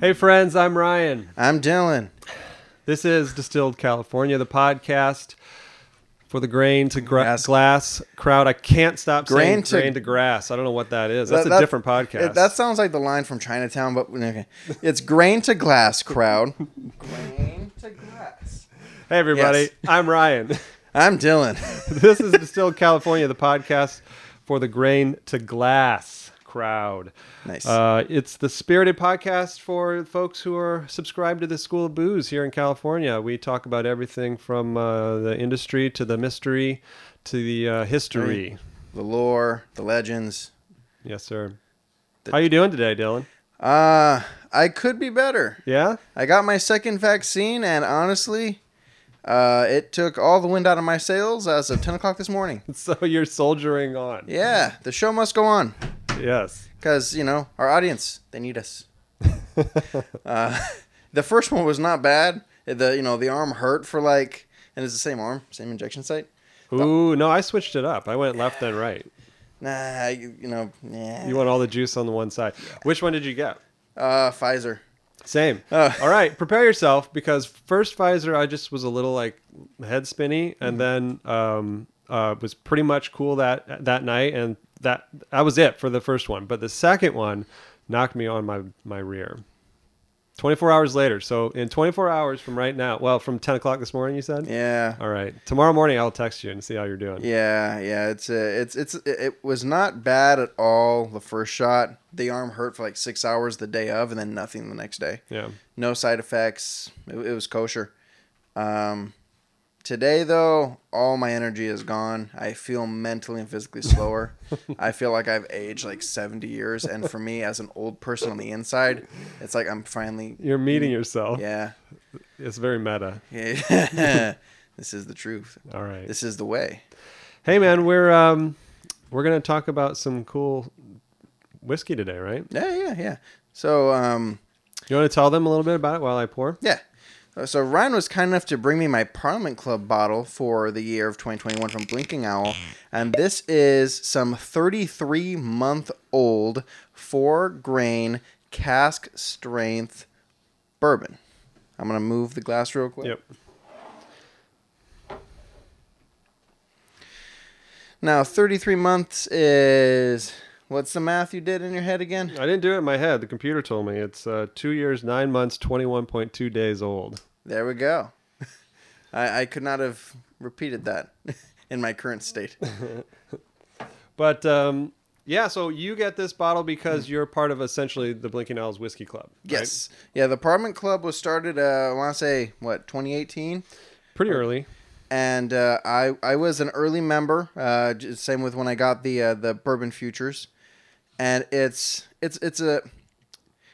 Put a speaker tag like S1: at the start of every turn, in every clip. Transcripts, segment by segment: S1: Hey, friends, I'm Ryan.
S2: I'm Dylan.
S1: This is Distilled California, the podcast for the grain to gra-
S2: Grass.
S1: glass crowd. I can't stop saying
S2: Grain to-
S1: grain to grass. I don't know what that is. That's
S2: That-
S1: a
S2: that-
S1: different podcast.
S2: it- that sounds like the line from Chinatown, but okay. It's grain to glass crowd. grain to glass.
S1: hey, everybody,
S2: Yes.
S1: I'm Ryan.
S2: I'm Dylan.
S1: this is Distilled California, the podcast for the grain to glass crowd.
S2: Nice.
S1: Uh, it's the spirited podcast for folks who are subscribed to the School of Booze here in California. We talk about everything from uh, the industry to the mystery to the uh, history.
S2: the lore, the legends.
S1: Yes, sir. How you doing today, Dylan?
S2: Uh, I could be better.
S1: Yeah,
S2: I got my second vaccine, and honestly, uh, it took all the wind out of my sails as of 10 o'clock this morning.
S1: so you're soldiering on.
S2: Yeah, the show must go on
S1: Yes.
S2: because, you know, our audience, they need us. uh, the first one was not bad. The, you know, the arm hurt for like, and it's the same arm, same injection site.
S1: Ooh, no, I switched it up. I went left then right.
S2: Nah, you, you know, nah.
S1: You want all the juice on the one side. Which one did you get?
S2: uh, Pfizer.
S1: Same.
S2: Uh.
S1: All right, prepare yourself because first Pfizer, I just was a little like head spinny,
S2: Mm.
S1: and then um, uh, was pretty much cool that that night, and that that was it for the first one. But the second one knocked me on my my rear. Twenty four hours later, so in twenty four hours from right now, well, from ten o'clock this morning, you said.
S2: Yeah.
S1: All right, tomorrow morning I'll text you and see how you're doing.
S2: Yeah, yeah, it's uh, it's it's it- it was not bad at all. The first shot, the arm hurt for like six hours the day of, and then nothing the next day.
S1: Yeah.
S2: No side effects. It, it was kosher. Um, today though, all my energy is gone. I feel mentally and physically slower. I feel like I've aged like seventy years, and for me, as an old person on the inside, it's like I'm finally
S1: You're meeting yourself.
S2: Mm. yeah.
S1: It's very meta.
S2: yeah. this is the truth.
S1: All right.
S2: This is the way.
S1: Hey man, we're um we're gonna talk about some cool whiskey today, right?
S2: Yeah, yeah, yeah. So um.
S1: You want to tell them a little bit about it while I pour?
S2: Yeah. Uh, So Ryan was kind enough to bring me my Parliament Club bottle for the year of 2021 from Blinking Owl, and this is some 33 month old four grain cask strength bourbon. I'm gonna move the glass real quick.
S1: Yep.
S2: Now 33 months is what's the math you did in your head again?
S1: I didn't do it in my head. The computer told me it's uh, two years, nine months, twenty-one point two days old.
S2: There we go. I, I could not have repeated that in my current state.
S1: But um, yeah, so you get this bottle because you're part of essentially the Blinking Owls Whiskey Club. right?
S2: Yes. Yeah, the Apartment Club was started, uh, I want to say, what, 2018?
S1: pretty early.
S2: And uh, I, I was an early member, uh, j- same with when I got the uh, the Bourbon Futures. And it's it's it's a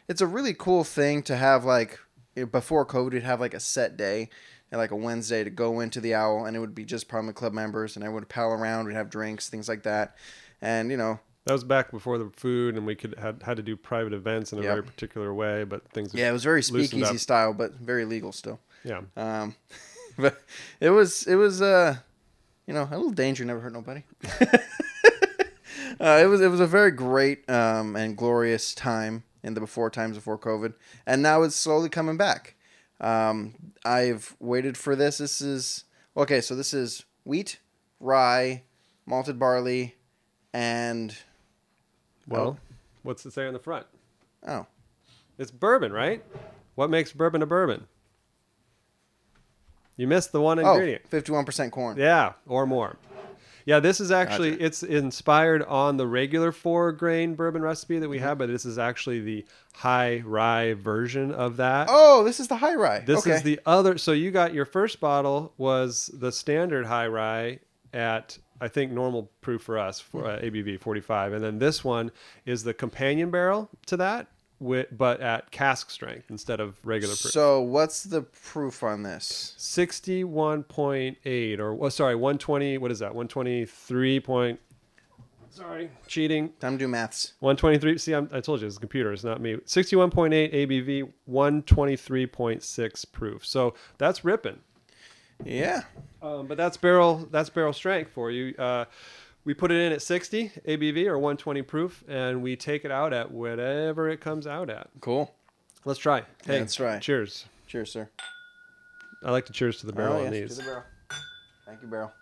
S2: it's a really cool thing to have like eh, before COVID, you'd have like a set day and like a Wednesday to go into the Owl, and it would be just Apartment Club members, and I would pal around, we'd have drinks, things like that, and you know,
S1: That was back before the food, and we could had, had to do private events in a
S2: Yep.
S1: very particular way. But things have
S2: yeah, it was very
S1: loosened up.
S2: speakeasy style, but very legal still.
S1: yeah.
S2: Um, but it was it was uh, you know, a little danger never hurt nobody. uh, it was it was a very great um, and glorious time in the before times before COVID, and now it's slowly coming back. Um, I've waited for this. This is okay. So this is wheat, rye, malted barley, and
S1: Well, what's it say on the front?
S2: oh,
S1: It's bourbon, right? What makes bourbon a bourbon? You missed the one
S2: oh,
S1: ingredient.
S2: 51 percent corn.
S1: Yeah, or more. Yeah, this is actually it's inspired on the regular four grain bourbon recipe that we have, but this is actually the high rye version of that.
S2: Oh, this is the high rye.
S1: This
S2: okay.
S1: is the other. So you got your first bottle was the standard high rye at I think normal proof for us for uh, ABV 45, and then this one is the companion barrel to that, wi- but at cask strength instead of regular proof.
S2: So what's the proof on this?
S1: 61.8 or well, sorry 120. What is that? 123 point. Sorry, cheating.
S2: Time to do maths.
S1: 123. See, I'm, I told you it's a computer. It's not me. 61.8 ABV, 123.6 proof. So that's ripping.
S2: Yeah.
S1: Um, but that's barrel that's barrel strength for you. Uh, we put it in at 60 ABV or 120 proof, and we take it out at whatever it comes out at.
S2: Cool.
S1: Let's try. Hey,
S2: let's try.
S1: Cheers.
S2: Cheers, sir.
S1: I like to cheers to the barrel
S2: Oh,
S1: on
S2: yes,
S1: these.
S2: To the barrel. Thank you, barrel.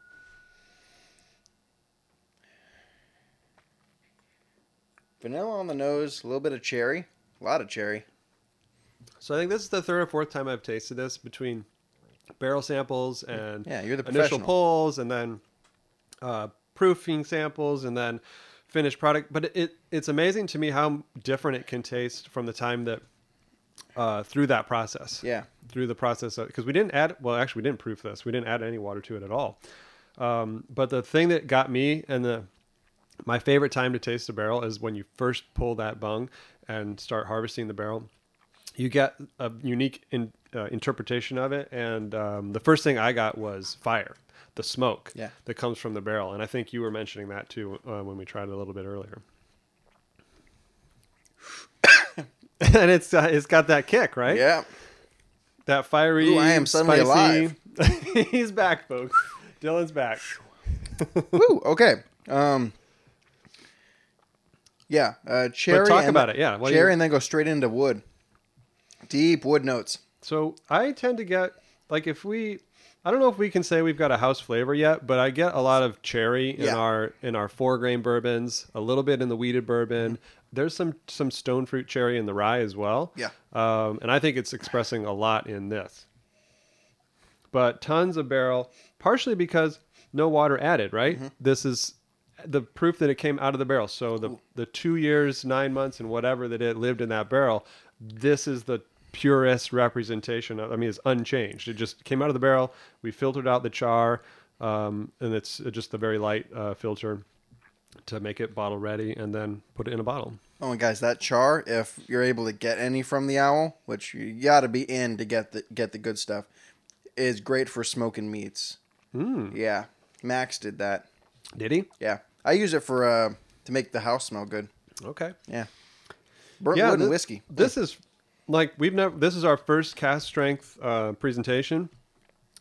S2: Vanilla on the nose, a little bit of cherry, a lot of cherry.
S1: So I think this is the third or fourth time I've tasted this between barrel samples and
S2: Yeah, you're the
S1: initial
S2: professional.
S1: pulls and then uh, proofing samples and then finished product. But it it's amazing to me how different it can taste from the time that uh, through that process.
S2: Yeah.
S1: Through the process because we didn't add well actually we didn't proof this we didn't add any water to it at all. Um, but the thing that got me and the my favorite time to taste a barrel is when you first pull that bung and start harvesting the barrel. You get a unique in, uh, interpretation of it, and um, the first thing I got was fire, the smoke
S2: Yeah.
S1: that comes from the barrel, and I think you were mentioning that too uh, when we tried it a little bit earlier. and it's uh, it's got that kick, right?
S2: Yeah.
S1: That fiery.
S2: Ooh, I am suddenly
S1: spicy- He's back, folks. Dylan's back.
S2: Woo. Okay. Um. Yeah. Uh, cherry.
S1: talk
S2: and-
S1: about it, yeah. What do
S2: Cherry,
S1: you-
S2: and then go straight into wood. Deep wood notes.
S1: So I tend to get like if we I don't know if we can say we've got a house flavor yet, but I get a lot of cherry in
S2: Yeah.
S1: our in our four grain bourbons, a little bit in the weeded bourbon. There's some some stone fruit cherry in the rye as well.
S2: Yeah.
S1: Um, and I think it's expressing a lot in this. But tons of barrel, partially because no water added, right? This is the proof that it came out of the barrel. So the the two years, nine months, and whatever that it lived in that barrel, this is the purest representation of. I mean, it's unchanged. It just came out of the barrel. We filtered out the char, um, and it's just the very light uh, filter to make it bottle ready, and then put it in a bottle.
S2: Oh, and guys, that char, if you're able to get any from the owl, which you gotta be in to get the get the good stuff, is great for smoking meats.
S1: Hmm.
S2: Yeah. Max did that.
S1: Did he?
S2: Yeah. I use it for uh to make the house smell good.
S1: Okay.
S2: Yeah. Burnt
S1: yeah,
S2: wood
S1: thi-
S2: and whiskey.
S1: This is like we've never. This is our first cast strength uh, presentation,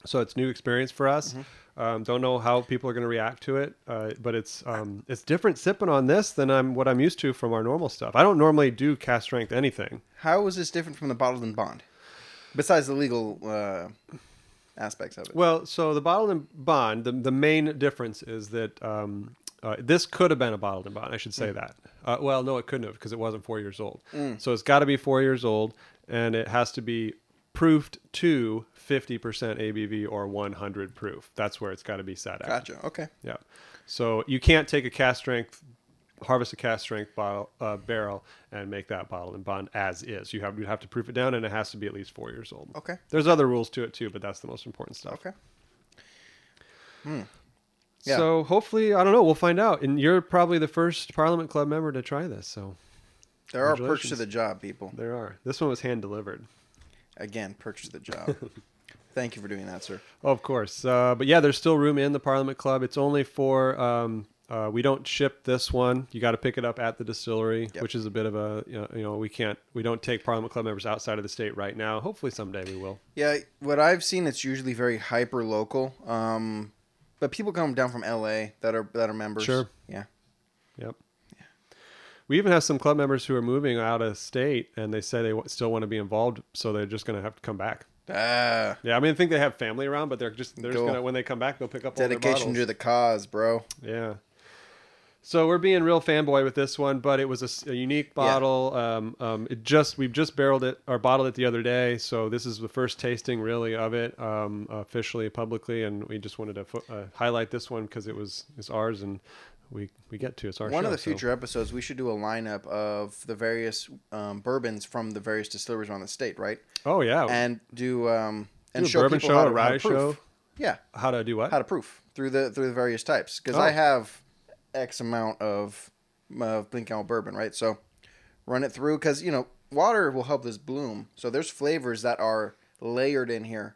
S1: so it's new experience for us. Um, don't know how people are going to react to it, uh, but it's um, it's different sipping on this than I'm what I'm used to from our normal stuff. I don't normally do cast strength anything.
S2: How is this different from the bottled and bond? Besides the legal uh, aspects of it.
S1: Well, so the bottled and bond, the, the main difference is that um, uh, this could have been a bottled and bond. I should say
S2: Mm.
S1: that. Uh, well, no, it couldn't have because it wasn't four years old. So it's got to be four years old, and it has to be proofed to 50% ABV or 100 proof. That's where it's got to be set at.
S2: Gotcha. Okay.
S1: Yeah. So you can't take a cast strength, harvest a cast strength bottle, uh, barrel and make that bottle and bond as is. You have you have to proof it down, and it has to be at least four years old.
S2: Okay.
S1: There's other rules to it too, but that's the most important stuff.
S2: Okay. Yeah.
S1: So hopefully, I don't know. We'll find out. And you're probably the first Parliament Club member to try this. So
S2: There are perks to
S1: Congratulations.
S2: the job, people.
S1: there are. This one was hand delivered.
S2: Again, perks to the job. Thank you for doing that, sir.
S1: Of course. Uh, but yeah, there's still room in the Parliament Club. It's only for, um, uh, we don't ship this one. You got to pick it up at the distillery,
S2: Yep.
S1: which is a bit of a, you know, you know, we can't, we don't take Parliament Club members outside of the state right now. Hopefully someday we will.
S2: Yeah, what I've seen, it's usually very hyper local. Um, but people come down from LA that are that are members.
S1: Sure.
S2: Yeah.
S1: Yep. We even have some club members who are moving out of state and they say they w- still want to be involved. So they're just going to have to come back.
S2: Ah,
S1: Yeah. I mean, I think they have family around, but they're just, they're just
S2: Cool.
S1: going to, when they come back, they'll pick up all their
S2: dedication
S1: bottles.
S2: to the cause, bro.
S1: Yeah. So we're being real fanboy with this one, but it was a s- a, unique bottle. Um, um, it just we've just barreled it or bottled it the other day, so this is the first tasting really of it um, officially, publicly, and we just wanted to fo- uh, highlight this one because it was it's ours and we we get to it's our show,
S2: One of the
S1: so-
S2: future episodes, we should do a lineup of the various um, bourbons from the various distilleries around the state, right?
S1: Oh yeah,
S2: And do um and
S1: Do a
S2: show
S1: bourbon show,
S2: people how
S1: a
S2: to, how to
S1: rye
S2: proof.
S1: show.
S2: Yeah,
S1: how to do what?
S2: how to proof through the through the various types because I
S1: Oh.
S2: have X amount of of Blink Owl bourbon, right? So run it through because you know water will help this bloom. So there's flavors that are layered in here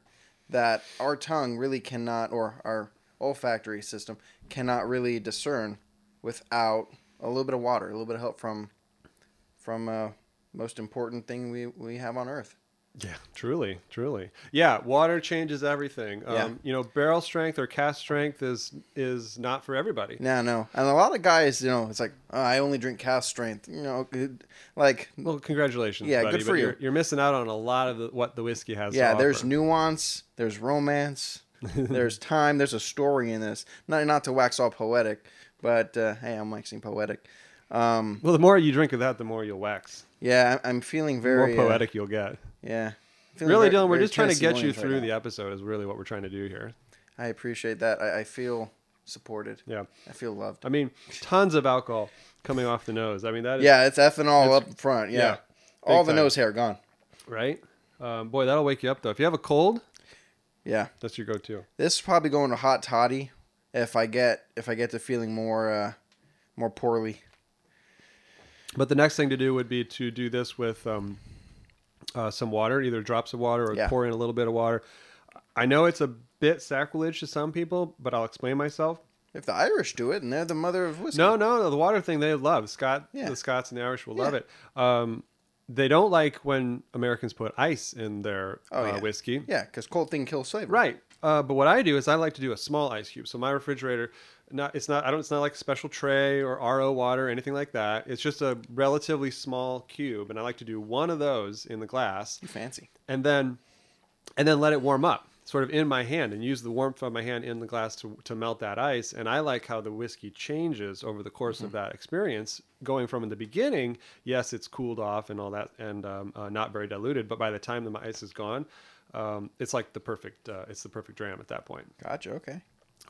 S2: that our tongue really cannot or our olfactory system cannot really discern without a little bit of water, a little bit of help from from uh, most important thing we we have on earth,
S1: Yeah, truly, truly. Yeah, water changes everything. Um,
S2: Yeah.
S1: You know, barrel strength or cast strength is is not for everybody.
S2: No, no. And a lot of guys, you know, it's like, oh, I only drink calf strength. You know, it- like,
S1: Well, congratulations,
S2: Yeah,
S1: buddy,
S2: good
S1: but
S2: for you.
S1: you're, You're missing out on a lot of the, what the whiskey has.
S2: yeah,
S1: to
S2: there's
S1: offer.
S2: nuance, there's romance, there's time, there's a story in this. Not, not to wax all poetic, but uh, hey, I'm waxing poetic. Um,
S1: Well, the more you drink of that, the more you'll wax.
S2: yeah, I- I'm feeling
S1: The
S2: very
S1: more
S2: uh,
S1: poetic you'll get.
S2: yeah. Feeling
S1: Really,
S2: very-
S1: Dylan, we're
S2: very
S1: just trying to
S2: Tennessee
S1: get you
S2: Williams right
S1: through
S2: now.
S1: the episode. Is really what we're trying to do here.
S2: I appreciate that. I, I feel supported.
S1: Yeah.
S2: I feel loved.
S1: I mean, tons of alcohol coming off the nose. I mean, that is
S2: yeah, it's ethanol up front. Yeah.
S1: yeah,
S2: all
S1: big
S2: the
S1: time.
S2: nose hair gone.
S1: right. Um, boy, that'll wake you up though. If you have a cold,
S2: Yeah.
S1: that's your go-to.
S2: This is probably going to hot toddy if I get if I get to feeling more uh more poorly.
S1: But the next thing to do would be to do this with um, uh, some water, either drops of water or
S2: Yeah.
S1: pour in a little bit of water. I know it's a bit sacrilege to some people, but I'll explain myself.
S2: If the Irish do it and they're the mother of whiskey.
S1: No, no, no. The water thing they love. Scott,
S2: Yeah.
S1: the Scots and the Irish will love it. Um, they don't like when Americans put ice in their uh,
S2: Oh, yeah.
S1: whiskey.
S2: Yeah, because cold thing kills flavor.
S1: Right. Uh, but what I do is I like to do a small ice cube. So my refrigerator, not it's not I don't it's not like a special tray or RO water or anything like that. It's just a relatively small cube, and I like to do one of those in the glass,
S2: You fancy.
S1: and then and then let it warm up, sort of in my hand, and use the warmth of my hand in the glass to to melt that ice. And I like how the whiskey changes over the course of that experience, going from in the beginning, yes, it's cooled off and all that, and um, uh, not very diluted, but by the time the ice is gone. Um, it's like the perfect, uh, it's the perfect dram at that point
S2: Gotcha, okay.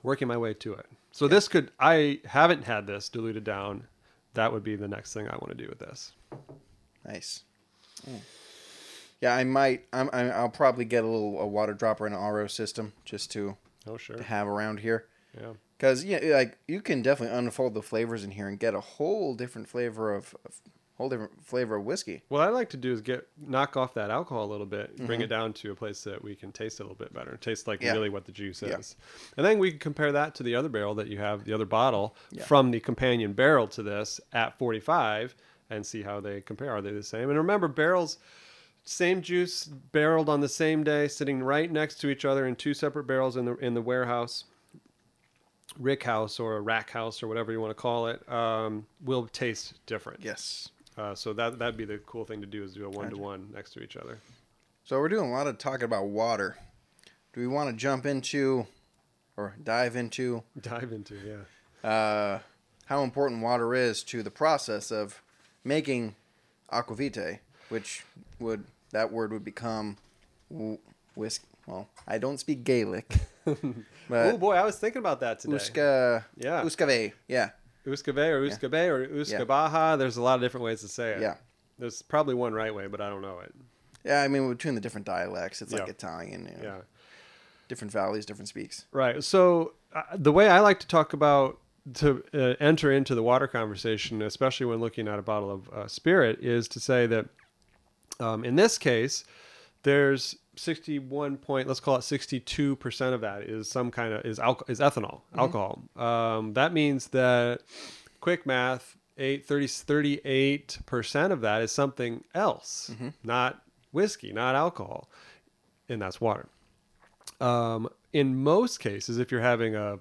S1: working my way to it. So this could I haven't had this diluted down. That would be the next thing I want to do with this.
S2: Nice. Mm. Yeah, I might. I'm, I'm, I'll probably get a little a water dropper and an RO system just to
S1: Oh sure.
S2: have around here.
S1: Yeah.
S2: Because yeah, like you can definitely unfold the flavors in here and get a whole different flavor of, of whole different flavor of whiskey.
S1: What I like to do is get knock off that alcohol a little bit, bring it down to a place that we can taste it a little bit better. Taste like
S2: Mm-hmm. Yeah.
S1: really what the juice
S2: Yeah.
S1: is. And then we can compare that to the other barrel that you have, the other bottle
S2: Yeah.
S1: from the companion barrel to this at 45 and see how they compare. Are they the same? And remember barrels same juice barreled on the same day, sitting right next to each other in two separate barrels in the in the warehouse, rick house or a rack house or whatever you want to call it, um, will taste different.
S2: Yes.
S1: Uh, so that that'd be the cool thing to do is do a one to one next to each other.
S2: So we're doing a lot of talking about water. Do we want to jump into or dive into
S1: Dive into yeah.
S2: uh, how important water is to the process of making aquavitae, which would that word would become wh- whisk. Well, I don't speak Gaelic,
S1: oh
S2: but
S1: boy, I was thinking about that today.
S2: uska,
S1: Yeah.
S2: uskave, yeah,
S1: Uskabe or Uskabe or Uskabaha. There's a lot of different ways to say it.
S2: Yeah.
S1: There's probably one right way, but I don't know it.
S2: yeah. I mean, between the different dialects, it's like
S1: Yeah.
S2: Italian, you know,
S1: Yeah.
S2: different valleys, different speaks.
S1: Right. So uh, the way I like to talk about to uh, enter into the water conversation, especially when looking at a bottle of uh, spirit, is to say that um, in this case, there's 61 point, let's call it 62 percent of that is some kind of is alcohol is ethanol alcohol. Um, that means that quick math, eight, 30, 38 percent of that is something else, not whiskey, not alcohol, and that's water um, in most cases, if you're having a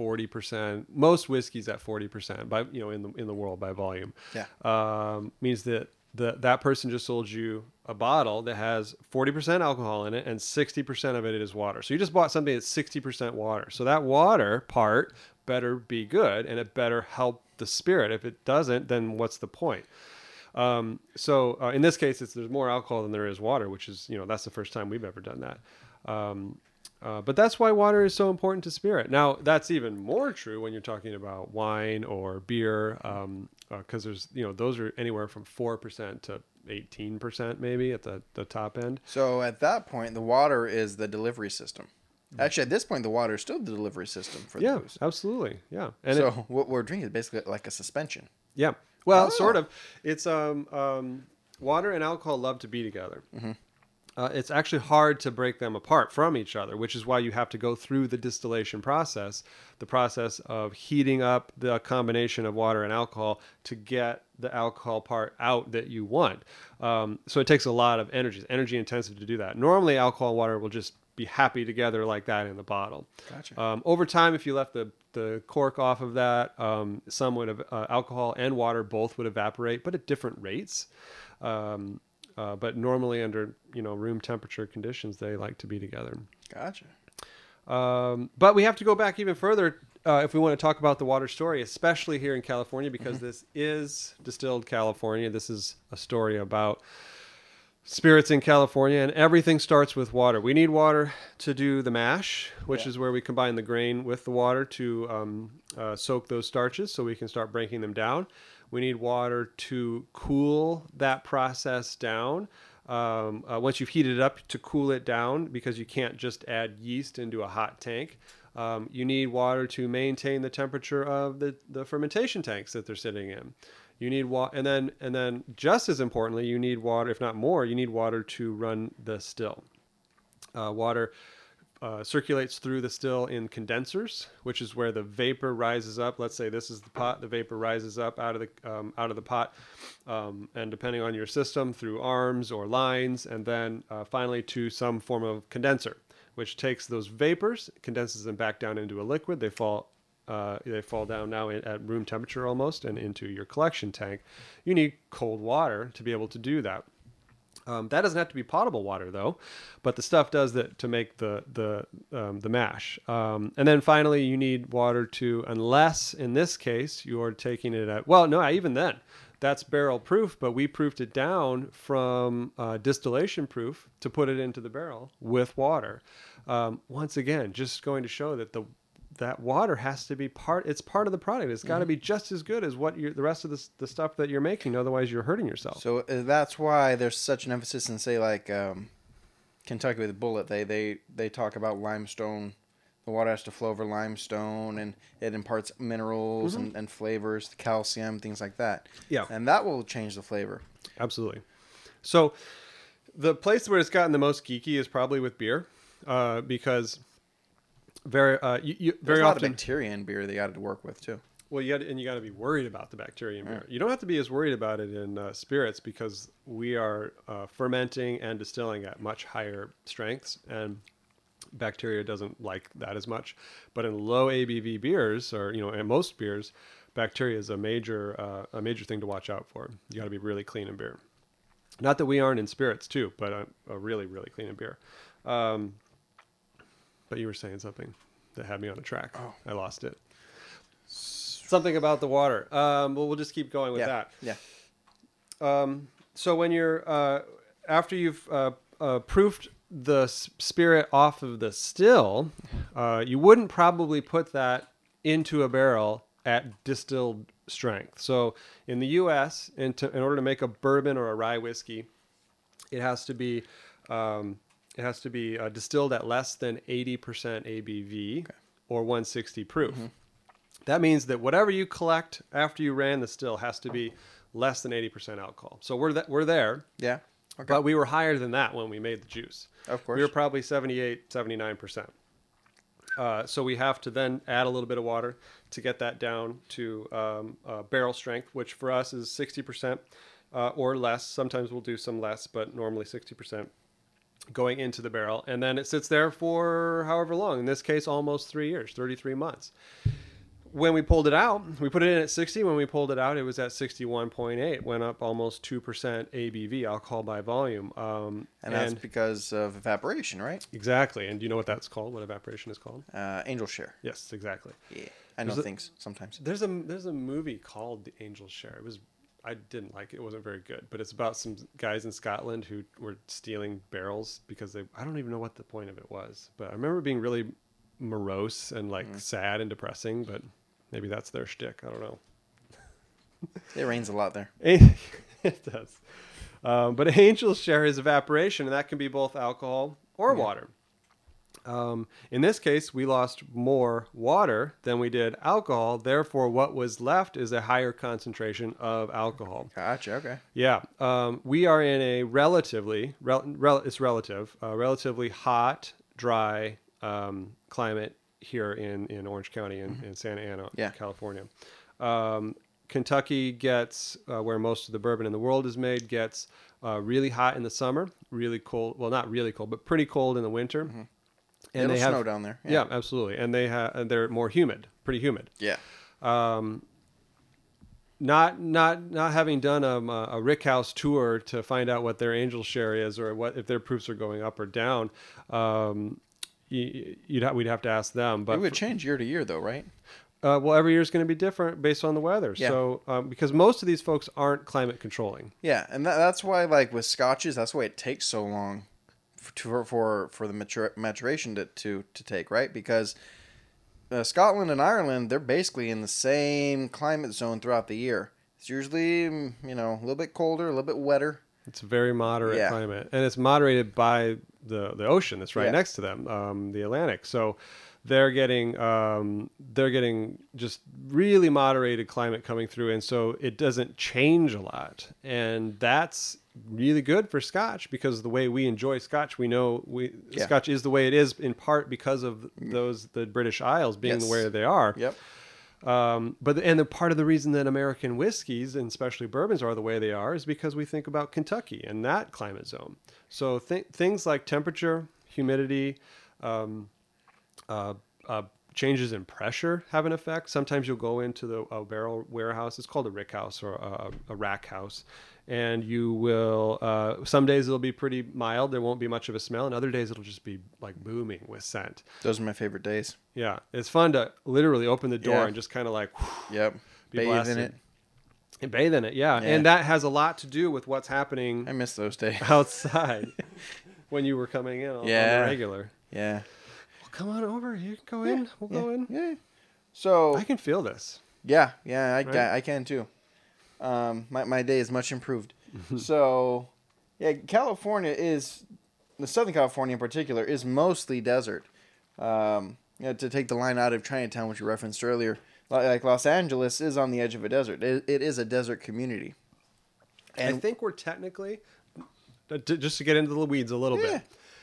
S1: 40%, most whiskeys at 40% by, you know, in the, in the world by volume,
S2: Yeah.
S1: um, means that the, that person just sold you a bottle that has 40% alcohol in it and 60% of it is water. So you just bought something that's 60% water. So that water part better be good and it better help the spirit. If it doesn't, then what's the point? Um, so uh, in this case, it's, there's more alcohol than there is water, which is you know that's the first time we've ever done that. Um, uh, but that's why water is so important to spirit. Now that's even more true when you're talking about wine or beer, because there's you know those are anywhere from four percent to eighteen percent maybe at the the top end.
S2: So at that point, the water is the delivery system. Actually, at this point, the water is still the delivery system for the
S1: Yeah,
S2: booze.
S1: absolutely. Yeah, and
S2: so
S1: it,
S2: what we're drinking is basically like a suspension.
S1: yeah, well,
S2: Oh.
S1: sort of. It's um, um, water and alcohol love to be together. uh, it's actually hard to break them apart from each other, which is why you have to go through the distillation process, the process of heating up the combination of water and alcohol to get the alcohol part out that you want. Um, so it takes a lot of energy, it's energy intensive to do that. Normally, alcohol and water will just be happy together like that in the bottle.
S2: Gotcha.
S1: Um, over time, if you left the the cork off of that, um, some would have uh, alcohol and water both would evaporate, but at different rates. Um, uh, but normally, under you know room temperature conditions, they like to be together.
S2: Gotcha.
S1: Um, but we have to go back even further uh, if we want to talk about the water story, especially here in California, because this is distilled California. This is a story about spirits in California, and everything starts with water. We need water to do the mash, which
S2: Yeah.
S1: is where we combine the grain with the water to um, uh, soak those starches so we can start breaking them down. We need water to cool that process down. Um, uh, once you've heated it up, to cool it down because you can't just add yeast into a hot tank. Um, you need water to maintain the temperature of the, the fermentation tanks that they're sitting in. You need water, and then and then just as importantly, you need water, if not more, you need water to run the still. Uh, water uh, circulates through the still in condensers, which is where the vapor rises up. Let's say this is the pot. The vapor rises up out of the um, out of the pot, um, and depending on your system, through arms or lines, and then uh, finally to some form of condenser, which takes those vapors, condenses them back down into a liquid. They fall. Uh, they fall down now in- at room temperature almost and into your collection tank. You need cold water to be able to do that. Um, that doesn't have to be potable water though, but the stuff does that to make the the um, the mash. Um, and then finally, you need water to, unless in this case you're taking it at well, no, even then, that's barrel proof. But we proofed it down from uh, distillation proof to put it into the barrel with water. Um, once again, just going to show that the that water has to be part it's part of the product it's got to be just as good as what you're, the rest of the, the stuff that you're making otherwise you're hurting yourself
S2: So uh, that's why there's such an emphasis in say like um, Kentucky with the Bullet. They they they talk about limestone. The water has to flow over limestone, and it imparts minerals and, and flavors, the calcium, things like that.
S1: Mm-hmm. Yeah.
S2: and that will change the flavor.
S1: Absolutely. So the place where it's gotten the most geeky is probably with beer, uh, because very uh, you, you,
S2: There's
S1: very
S2: a lot of
S1: often
S2: bacteria in beer they got to work with too.
S1: well, you got and you got to be worried about the bacteria in beer. You don't have to be as worried about it in uh, spirits because we are uh, fermenting and distilling at much higher strengths, and bacteria doesn't like that as much. But in low ABV beers, or you know, in most beers, bacteria is a major uh, a major thing to watch out for. You got to be really clean in beer. Not that we aren't in spirits too, but uh uh really, really clean in beer. Um, but you were saying something that had me on a track. I lost it. Something about the water. Um, well, we'll just keep going with
S2: yeah,
S1: that.
S2: yeah.
S1: So when you're uh, after you've uh, uh, proofed the s- spirit off of the still, uh, you wouldn't probably put that into a barrel at distilled strength. So in the U.S., in, to, in order to make a bourbon or a rye whiskey, it has to be um, it has to be uh, distilled at less than 80% ABV or 160 proof. That means that whatever you collect after you ran the still has to be less than 80% alcohol. So we're th- we're there,
S2: Yeah.
S1: but we were higher than that when we made the juice.
S2: Of course.
S1: We were probably 78, 79%. Uh, so we have to then add a little bit of water to get that down to um, uh, barrel strength, which for us is 60% uh, or less. Sometimes we'll do some less, but normally 60% going into the barrel. And then it sits there for however long, in this case, almost three years, 33 months when we pulled it out, we put it in at 60. When we pulled it out, it was at 61.8, went up almost 2% ABV, alcohol by volume. Um,
S2: And, that's because of evaporation, right?
S1: exactly. And do you know what that's called? What evaporation is called?
S2: Uh, angel share.
S1: Yes, exactly.
S2: Yeah. I know
S1: There's a-
S2: things sometimes.
S1: There's a there's a movie called The Angel's Share. It was I didn't like it. It wasn't very good, but it's about some guys in Scotland who were stealing barrels because they I don't even know what the point of it was, but I remember being really morose and like sad and depressing, but maybe that's their shtick. I don't know.
S2: It rains a lot there.
S1: it does. Um, but angels share his evaporation, and that can be both alcohol or water. Um, in this case, we lost more water than we did alcohol. Therefore, what was left is a higher concentration of alcohol.
S2: Gotcha. Okay.
S1: Yeah, um, we are in a relatively rel- rel- it's relative, uh, relatively hot, dry um, climate here in in Orange County in, in Santa Ana,
S2: Mm-hmm. Yeah.
S1: California. Um, Kentucky gets uh, where most of the bourbon in the world is made gets uh, really hot in the summer, really cold. Well, not really cold, but pretty cold in the winter. And
S2: Mm-hmm. It'll
S1: they have
S2: snow down there.
S1: Yeah, absolutely. And they have they're more humid, pretty humid
S2: Yeah.
S1: not not not having done um, a, a Rick House tour to find out what their angel share is or what if their proofs are going up or down. Um, you, you'd ha- we'd have to ask them,
S2: It
S1: but
S2: would change year to year though, right?
S1: uh, well, every year is going to be different based on the weather.
S2: Yeah.
S1: So um, because most of these folks aren't climate controlling.
S2: Yeah, and tha that's why, like with scotches, that's why it takes so long for to, for for the matur- maturation to, to to take, right? Because uh, Scotland and Ireland, they're basically in the same climate zone throughout the year. It's usually, mm, you know, a little bit colder, a little bit wetter.
S1: It's a very moderate
S2: Yeah.
S1: climate, and it's moderated by the the ocean that's right
S2: Yeah.
S1: next to them, um, the Atlantic. So they're getting um, they're getting just really moderated climate coming through, and so it doesn't change a lot, and that's really good for Scotch because the way we enjoy Scotch, we know we
S2: Yeah. Mm.
S1: Scotch is the way it is in part because of those the British Isles being the
S2: Yes.
S1: way they are.
S2: Yep.
S1: Um, but and the part of the reason that American whiskeys and especially bourbons are the way they are is because we think about Kentucky and that climate zone. So th- things like temperature, humidity, um, uh, changes in pressure have an effect. Sometimes you'll go into the a barrel warehouse. It's called a rick house or a, a rack house, and you will. Uh, some days it'll be pretty mild. There won't be much of a smell, and other days it'll just be like booming with scent.
S2: Those are my favorite days.
S1: Yeah, it's fun to literally open the door
S2: Yeah.
S1: and just kind of like.
S2: Yep.
S1: Be
S2: Bathe
S1: blasted.
S2: in it.
S1: and bathe in it. Yeah.
S2: Yeah.
S1: and that has a lot to do with what's
S2: I
S1: happening
S2: miss those days.
S1: outside when you were coming in on, on
S2: Yeah.
S1: the regular.
S2: Yeah.
S1: Well, come on over. You can go in. We'll go in.
S2: Yeah. So
S1: I can feel this.
S2: Yeah, yeah, I,
S1: Right?
S2: I, I can too. Um, my, my day is much improved. so, yeah, California is, the Southern California in particular, is mostly desert. Um, you know, to take the line out of Chinatown, which you referenced earlier, li- like Los Angeles is on the edge of a desert. It, it is a desert community.
S1: I
S2: And-
S1: think we're technically, uh, d- just to get into the weeds a little
S2: Yeah.
S1: bit,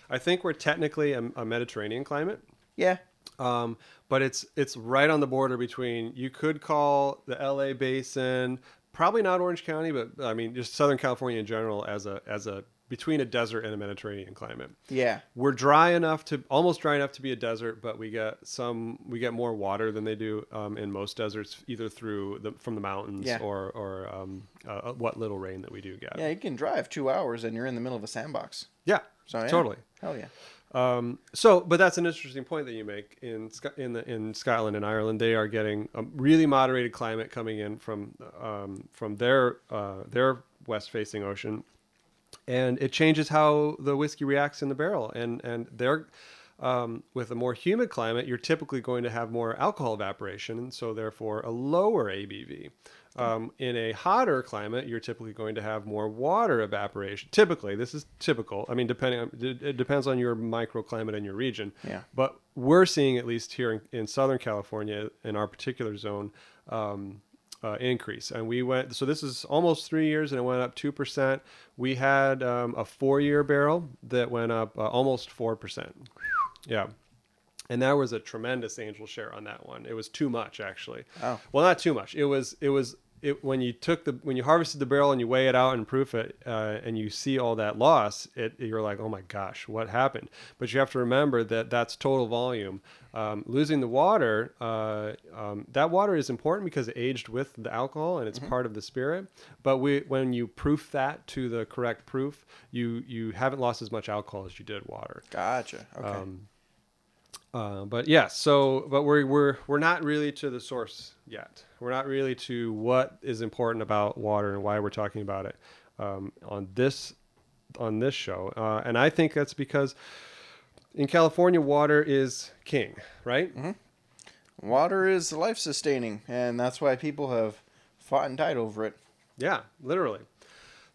S1: I think we're technically a, a Mediterranean climate.
S2: Yeah,
S1: Um, but it's it's right on the border between you could call the LA basin probably not Orange County, but I mean just Southern California in general as a as a between a desert and a Mediterranean climate.
S2: yeah,
S1: We're dry enough to almost dry enough to be a desert, but we get some we get more water than they do um, in most deserts, either through the from the mountains
S2: Yeah.
S1: or or um, uh, what little rain that we do get.
S2: yeah. You can drive two hours and you're in the middle of a sandbox.
S1: Yeah,
S2: So yeah.
S1: totally.
S2: Hell yeah.
S1: Um, so, but that's an interesting point that you make in Sc- in the, in Scotland and Ireland. They are getting a really moderated climate coming in from um, from their uh, their west facing ocean, and it changes how the whiskey reacts in the barrel. And and they're um, with a more humid climate, you're typically going to have more alcohol evaporation, and so therefore a lower ABV. Um, in a hotter climate, you're typically going to have more water evaporation. Typically, this is typical. I mean, depending on it it depends on your microclimate and your region.
S2: Yeah.
S1: But we're seeing at least here in, in Southern California, in our particular zone, um, uh, increase. And we went, so this is almost three years and it went up 2%. We had um, a four year barrel that went up uh, almost 4%. Yeah. And that was a tremendous angel share on that one. It was too much, actually.
S2: Oh.
S1: Well, not too much. It was, it was, it, when you took the when you harvested the barrel and you weigh it out and proof it uh, and you see all that loss it you're like oh my gosh what happened but you have to remember that that's total volume um, losing the water uh, um, that water is important because it aged with the alcohol and it's part of the spirit but we when you proof that to the correct proof you you haven't lost as much alcohol as you did water
S2: Gotcha. Okay.
S1: Um, uh, but yeah, so but we're we're we're not really to the source yet. We're not really to what is important about water and why we're talking about it um, on this on this show. Uh, and I think that's because in California, water is king, right?
S2: Water is life sustaining, and that's why people have fought and died over it.
S1: Yeah, literally.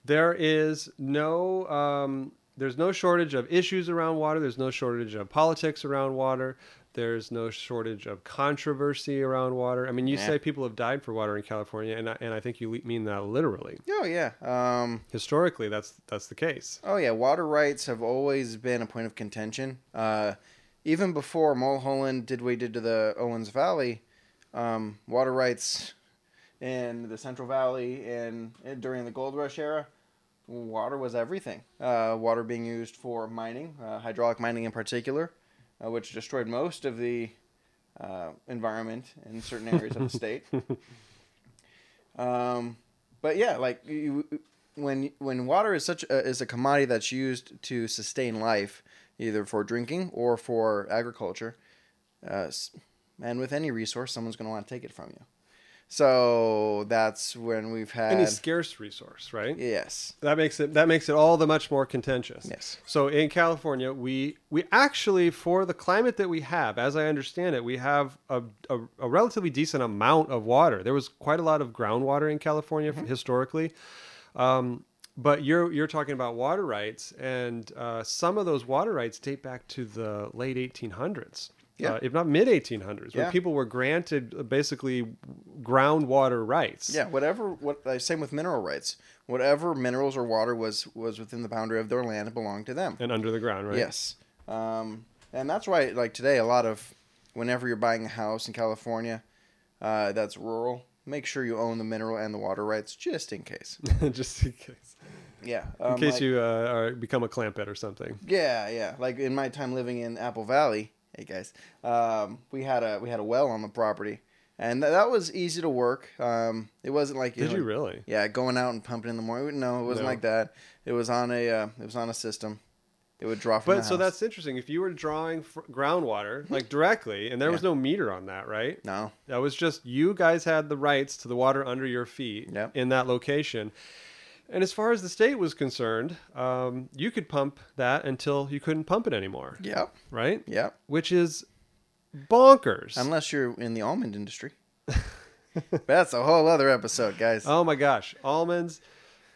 S1: There is no um, there's no shortage of issues around water. There's no shortage of politics around water. There's no shortage of controversy around water. I mean, you
S2: Yeah.
S1: say people have died for water in California, and I, and I think you le- mean that literally.
S2: Oh yeah. Um,
S1: Historically, that's that's the case.
S2: oh yeah. Water rights have always been a point of contention. Uh, even before Mulholland did what he did to the Owens Valley, um, water rights in the Central Valley and, and during the Gold Rush era, water was everything. Uh, water being used for mining, uh, hydraulic mining in particular, uh, which destroyed most of the uh, environment in certain areas of the state. Um, but yeah, like you, when when water is such a, is a commodity that's used to sustain life, either for drinking or for agriculture, uh, s- and with any resource, someone's going to want to take it from you. So that's when we've had
S1: Any scarce resource, right?
S2: yes,
S1: That makes it that makes it all the much more contentious.
S2: Yes.
S1: So in California, we we actually for the climate that we have, as I understand it, we have a, a, a relatively decent amount of water. There was quite a lot of groundwater in California
S2: Mm-hmm.
S1: historically, um, but you're you're talking about water rights, and uh, some of those water rights date back to the late 1800s.
S2: Yeah.
S1: Uh, if not mid 1800s,
S2: Yeah.
S1: when people were granted uh, basically groundwater rights.
S2: yeah, whatever. What uh, same with mineral rights. Whatever minerals or water was was within the boundary of their land, it belonged to them.
S1: And under the ground, right?
S2: Yes. Um, and that's why, like today, a lot of whenever you're buying a house in California uh, that's rural, make sure you own the mineral and the water rights just in case.
S1: Just in case.
S2: Yeah.
S1: in
S2: um,
S1: case
S2: like-
S1: you uh, are, become a clampet or something.
S2: Yeah, yeah. Like in my time living in Apple Valley, hey guys, um, we had a we had a well on the property, and th- that was easy to work. Um, it wasn't like
S1: Did
S2: know,
S1: you really?
S2: Yeah, going out and pumping in the morning. No, it wasn't
S1: No.
S2: like that. It was on a uh, it was on a system. It would draw from.
S1: But
S2: the
S1: so
S2: house. Mm-hmm.
S1: that's interesting. If you were drawing fr- groundwater like directly, and there was no meter on that, right?
S2: no.
S1: That was just you guys had the rights to the water under your feet
S2: Yep.
S1: in that location. And as far as the state was concerned, um, you could pump that until you couldn't pump it anymore,
S2: Yep.
S1: right?
S2: Yep.
S1: Which is bonkers.
S2: Unless you're in the almond industry. That's a whole other episode, guys.
S1: oh my gosh, almonds.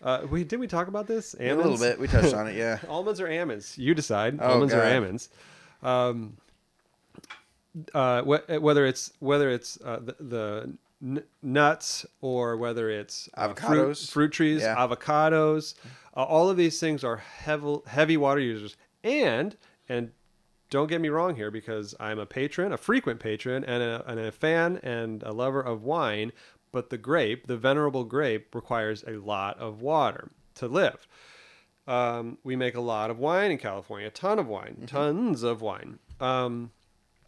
S1: Uh, we did we talk about this?
S2: a
S1: Almonds?
S2: little bit. We touched on it, yeah.
S1: almonds or almonds you decide
S2: Oh,
S1: almonds or
S2: God.
S1: almonds um, uh, wh- whether it's whether it's uh, the, the n- nuts or whether it's uh, fruit,
S2: Avocados.
S1: fruit trees
S2: Yeah.
S1: avocados uh, all of these things are heavy heavy water users and and don't get me wrong here because I'm a patron, a frequent patron, and a, and a fan and a lover of wine. But the grape, the venerable grape, requires a lot of water to live. Um, we make a lot of wine in California, a ton of wine,
S2: Mm-hmm.
S1: tons of wine. Um,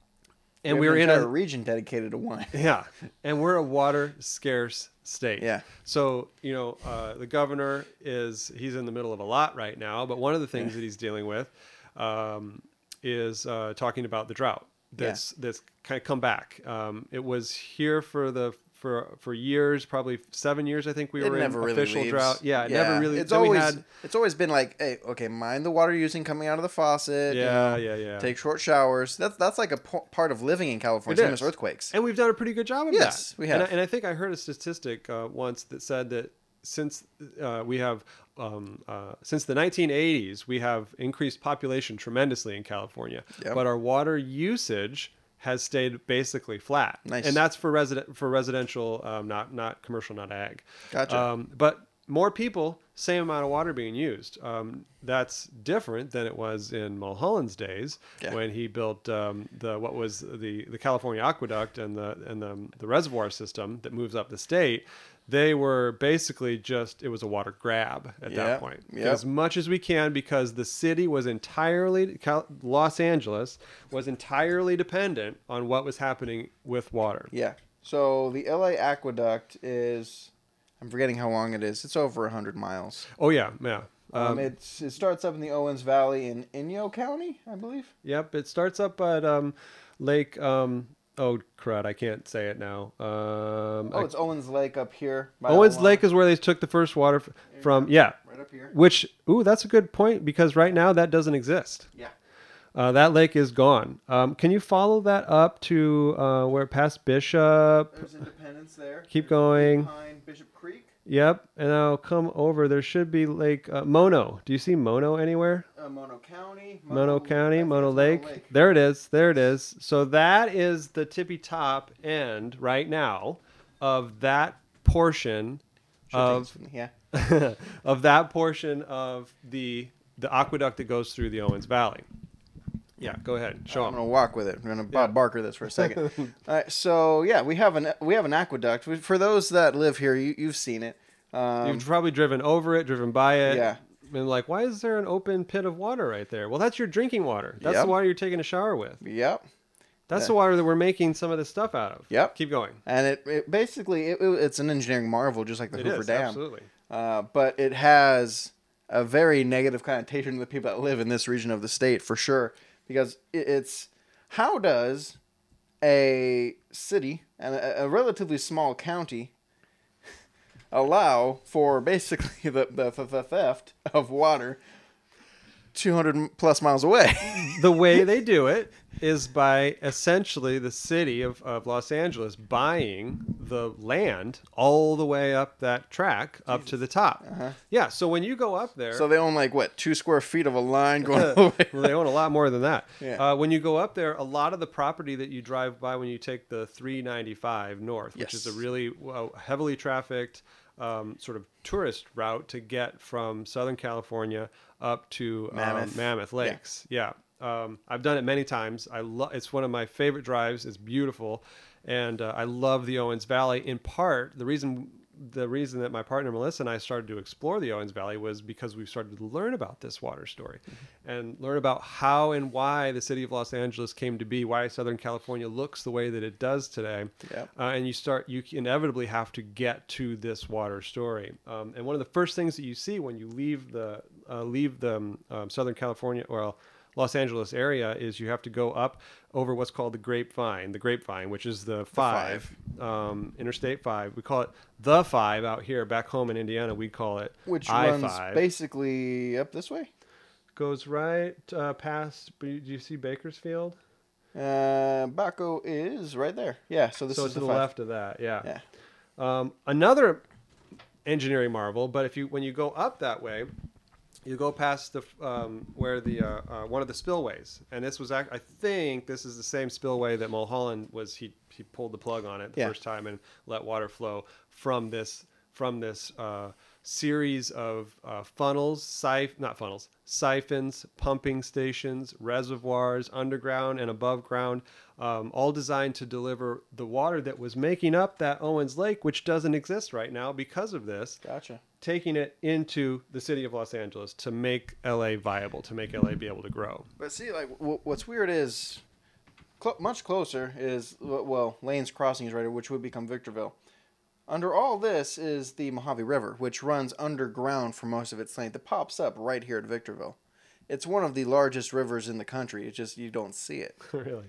S1: and we
S2: We have
S1: are
S2: an
S1: in
S2: entire
S1: a
S2: region dedicated to wine.
S1: yeah, and we're a water scarce state.
S2: Yeah.
S1: So you know, uh, the governor is he's in the middle of a lot right now, but one of the things that he's dealing with um, is uh, talking about the drought that's that's kind of come back. Um, it was here for the for for years, probably seven years. I think we
S2: It
S1: were
S2: never
S1: in
S2: really
S1: official
S2: leaves.
S1: drought. Yeah, it never really.
S2: It's
S1: then we
S2: always
S1: had-
S2: it's always been like, hey, okay, mind the water using coming out of the faucet. you
S1: yeah,
S2: know,
S1: yeah, yeah.
S2: Take short showers. That's that's like a po- part of living in California.
S1: It
S2: Same as
S1: is.
S2: earthquakes.
S1: And we've done a pretty good job of
S2: Yes,
S1: that.
S2: we
S1: And I,
S2: have.
S1: and I think I heard a statistic uh, once that said that since uh, we have um, uh, since the 1980s, we have increased population tremendously in California,
S2: Yep.
S1: but our water usage has stayed basically flat.
S2: Nice.
S1: And that's for resident for residential, um, not not commercial, not ag.
S2: Gotcha.
S1: Um, but more people, same amount of water being used. Um, that's different than it was in Mulholland's days
S2: Yeah.
S1: when he built um, the what was the the California aqueduct and the and the, the reservoir system that moves up the state. They were basically just it was a water grab at
S2: Yeah,
S1: that point. Get
S2: yeah.
S1: As much as we can because the city was entirely Cal- Los Angeles was entirely dependent on what was happening with water.
S2: Yeah. So the LA aqueduct is, I'm forgetting how long it is. It's over hundred miles.
S1: Oh yeah, yeah.
S2: Um, it's it starts up in the Owens Valley in Inyo County, I believe.
S1: Yep, it starts up at um, Lake. Um, oh crud, I can't say it now. Um,
S2: Oh,
S1: I-
S2: it's Owens Lake up here. by
S1: Owens
S2: Ola.
S1: Lake is where they took the first water f- from. Yeah,
S2: Right up here.
S1: which ooh, that's a good point because right now that doesn't exist.
S2: Yeah.
S1: Uh, that lake is gone. Um, can you follow that up to uh, where past Bishop?
S2: There's Independence there.
S1: Keep going.
S2: Pine Bishop Creek.
S1: Yep. And I'll come over. There should be Lake uh, Mono. Do you see Mono anywhere?
S2: Uh, Mono County.
S1: Mono,
S2: I
S1: County,
S2: think
S1: Mono
S2: it's
S1: Lake. There it is. There it is. So that is the tippy top end right now of that portion of
S2: yeah.
S1: of that portion of the the aqueduct that goes through the Owens Valley. Yeah, go ahead. Show
S2: I'm
S1: them.
S2: gonna walk with it. I'm gonna Bob Barker this for a second. All right, so yeah, we have an we have an aqueduct. We, for those that live here, you you've seen it. Um,
S1: You've probably driven over it, driven by it.
S2: Yeah.
S1: And like, why is there an open pit of water right there? Well, that's your drinking water. That's
S2: Yep.
S1: the water you're taking a shower with.
S2: yep.
S1: That's the water that we're making some of this stuff out of.
S2: Yep.
S1: Keep going.
S2: And it, it basically it, it's an engineering marvel, just like the
S1: It
S2: Hoover
S1: is,
S2: Dam.
S1: absolutely.
S2: Uh, but it has a very negative connotation to the people that live in this region of the state for sure, because it, it's how does a city and a, a relatively small county allow for basically the, the, the, the theft of water 200 plus miles away?
S1: the way they do it is by essentially the city of, of Los Angeles buying the land all the way up that track up to the top. Yeah, so when you go up there,
S2: Uh-huh. so they own like what two square feet of a line going all
S1: well,
S2: the way.
S1: they own a lot more than that.
S2: Yeah.
S1: Uh, when you go up there, a lot of the property that you drive by when you take the 395 north, which is a
S2: Yes.
S1: really uh, heavily trafficked um, sort of tourist route to get from Southern California up to Mammoth,
S2: Mammoth.
S1: um, Mammoth
S2: Yeah.
S1: Lakes. Yeah. Um, I've done it many times. I love. It's one of my favorite drives. It's beautiful, and uh, I love the Owens Valley. In part, the reason the reason that my partner Melissa and I started to explore the Owens Valley was because we started to learn about this water story,
S2: Mm-hmm.
S1: and learn about how and why the city of Los Angeles came to be, why Southern California looks the way that it does today.
S2: Yep.
S1: Uh, and you start you inevitably have to get to this water story um, and one of the first things that you see when you leave the uh, leave the um, um, southern california or los angeles area is you have to go up over what's called the grapevine the grapevine which is the five, Um, interstate five we call it the five out here back home in indiana we call it
S2: Which
S1: I-5.
S2: runs basically up this way.
S1: goes right uh, past do you see bakersfield
S2: Uh, Baco is right there. Yeah, so this
S1: so
S2: is
S1: to
S2: the,
S1: the,
S2: five.
S1: left of that
S2: Yeah,
S1: Um, another engineering marvel, but if you when you go up that way, you go past the um, where the uh, uh, one of the spillways, and this was act- I think this is the same spillway that Mulholland was he he pulled the plug on it the
S2: Yeah.
S1: first time and let water flow from this from this uh, series of uh, funnels, siph not funnels, siphons, pumping stations, reservoirs, underground and above ground, um, all designed to deliver the water that was making up that Owens Lake, which doesn't exist right now because of this
S2: gotcha.
S1: taking it into the city of Los Angeles to make LA viable, to make LA be able to grow.
S2: But see, like, w- what's weird is cl- much closer is w- well, Lanes Crossing is right, here, which would become Victorville. Under all this is the Mojave River, which runs underground for most of its length. It pops up right here at Victorville. It's one of the largest rivers in the country. It's just you don't see it.
S1: really?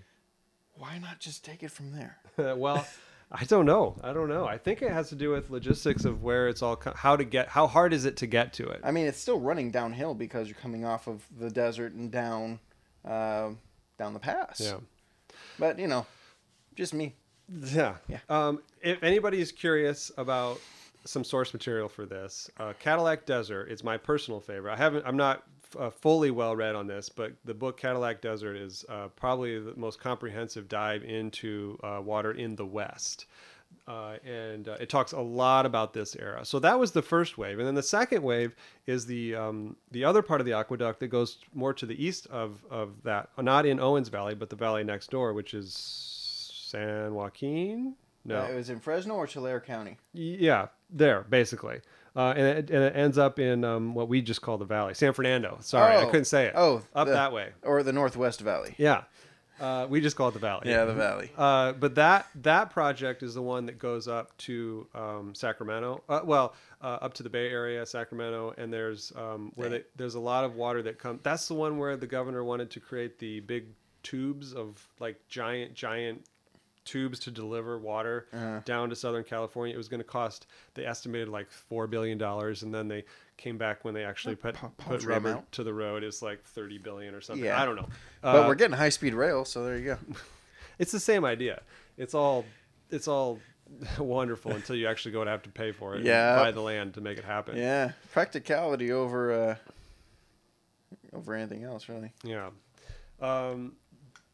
S2: Why not just take it from there?
S1: Uh, well, I don't know. I don't know. I think it has to do with logistics of where it's all co- how to get how hard is it to get to it.
S2: I mean, it's still running downhill because you're coming off of the desert and down, uh, down the pass.
S1: Yeah.
S2: But you know, just me.
S1: Yeah.
S2: Yeah.
S1: Um, if anybody is curious about some source material for this, uh, Cadillac Desert is my personal favorite. I haven't, I'm not uh, fully well read on this, but the book Cadillac Desert is uh, probably the most comprehensive dive into uh, water in the West. Uh, and uh, it talks a lot about this era. So that was the first wave, and then the second wave is the um, the other part of the aqueduct that goes more to the east of of that, not in Owens Valley, but the valley next door, which is San Joaquin. No,
S2: Uh, it was in Fresno or Tulare County.
S1: yeah, there basically, uh, and, it, and it ends up in um, what we just call the valley, San Fernando. Sorry, I
S2: Oh.
S1: couldn't say it.
S2: Oh,
S1: up
S2: the-
S1: that way.
S2: or the Northwest Valley.
S1: Yeah, uh, we just call it the valley.
S2: the valley.
S1: Uh, but that that project is the one that goes up to um, Sacramento. Uh, well, uh, up to the Bay Area, Sacramento, and there's um, where they, there's a lot of water that comes. That's the one where the governor wanted to create the big tubes of like giant giant tubes to deliver water
S2: Uh-huh.
S1: down to Southern California. It was going to cost they estimated like four billion dollars, and then they came back when they actually put put
S2: paltry
S1: rubber
S2: amount.
S1: to the road. It's like thirty billion or something.
S2: Yeah.
S1: I don't know.
S2: But we're getting high speed rail, so there you go.
S1: It's the same idea. It's all it's all wonderful until you actually go and have to pay for it. and
S2: Yeah.
S1: buy the land to make it happen.
S2: Yeah, practicality over uh, over anything else, really.
S1: Yeah. Um,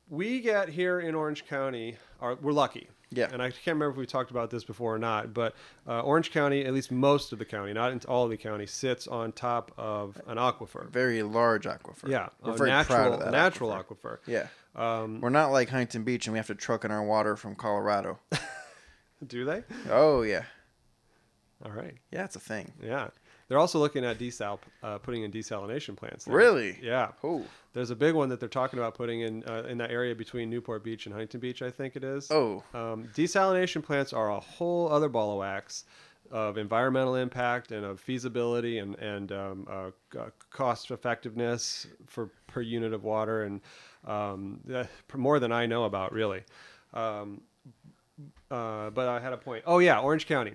S1: we get here in Orange County, are, we're lucky.
S2: Yeah.
S1: And I can't remember if we talked about this before or not, but uh, Orange County, at least most of the county, not in- all of the county, sits on top of an aquifer.
S2: Very large aquifer.
S1: Yeah,
S2: we're
S1: a
S2: very
S1: natural,
S2: proud of that.
S1: natural aquifer. Um,
S2: Yeah, we're not like Huntington Beach, and we have to truck in our water from Colorado.
S1: Do they?
S2: oh yeah,
S1: All right.
S2: yeah, it's a thing.
S1: Yeah. They're also looking at desal, uh, putting in desalination plants. there.
S2: Really?
S1: Yeah.
S2: Oh,
S1: There's a big one that they're talking about putting in uh, in that area between Newport Beach and Huntington Beach, I think it is.
S2: Oh.
S1: Um, desalination plants are a whole other ball of wax of environmental impact and of feasibility and and um, uh, c- uh, cost effectiveness for per unit of water and um, that- more than I know about really. Um, uh, but I had a point. Oh yeah, Orange County.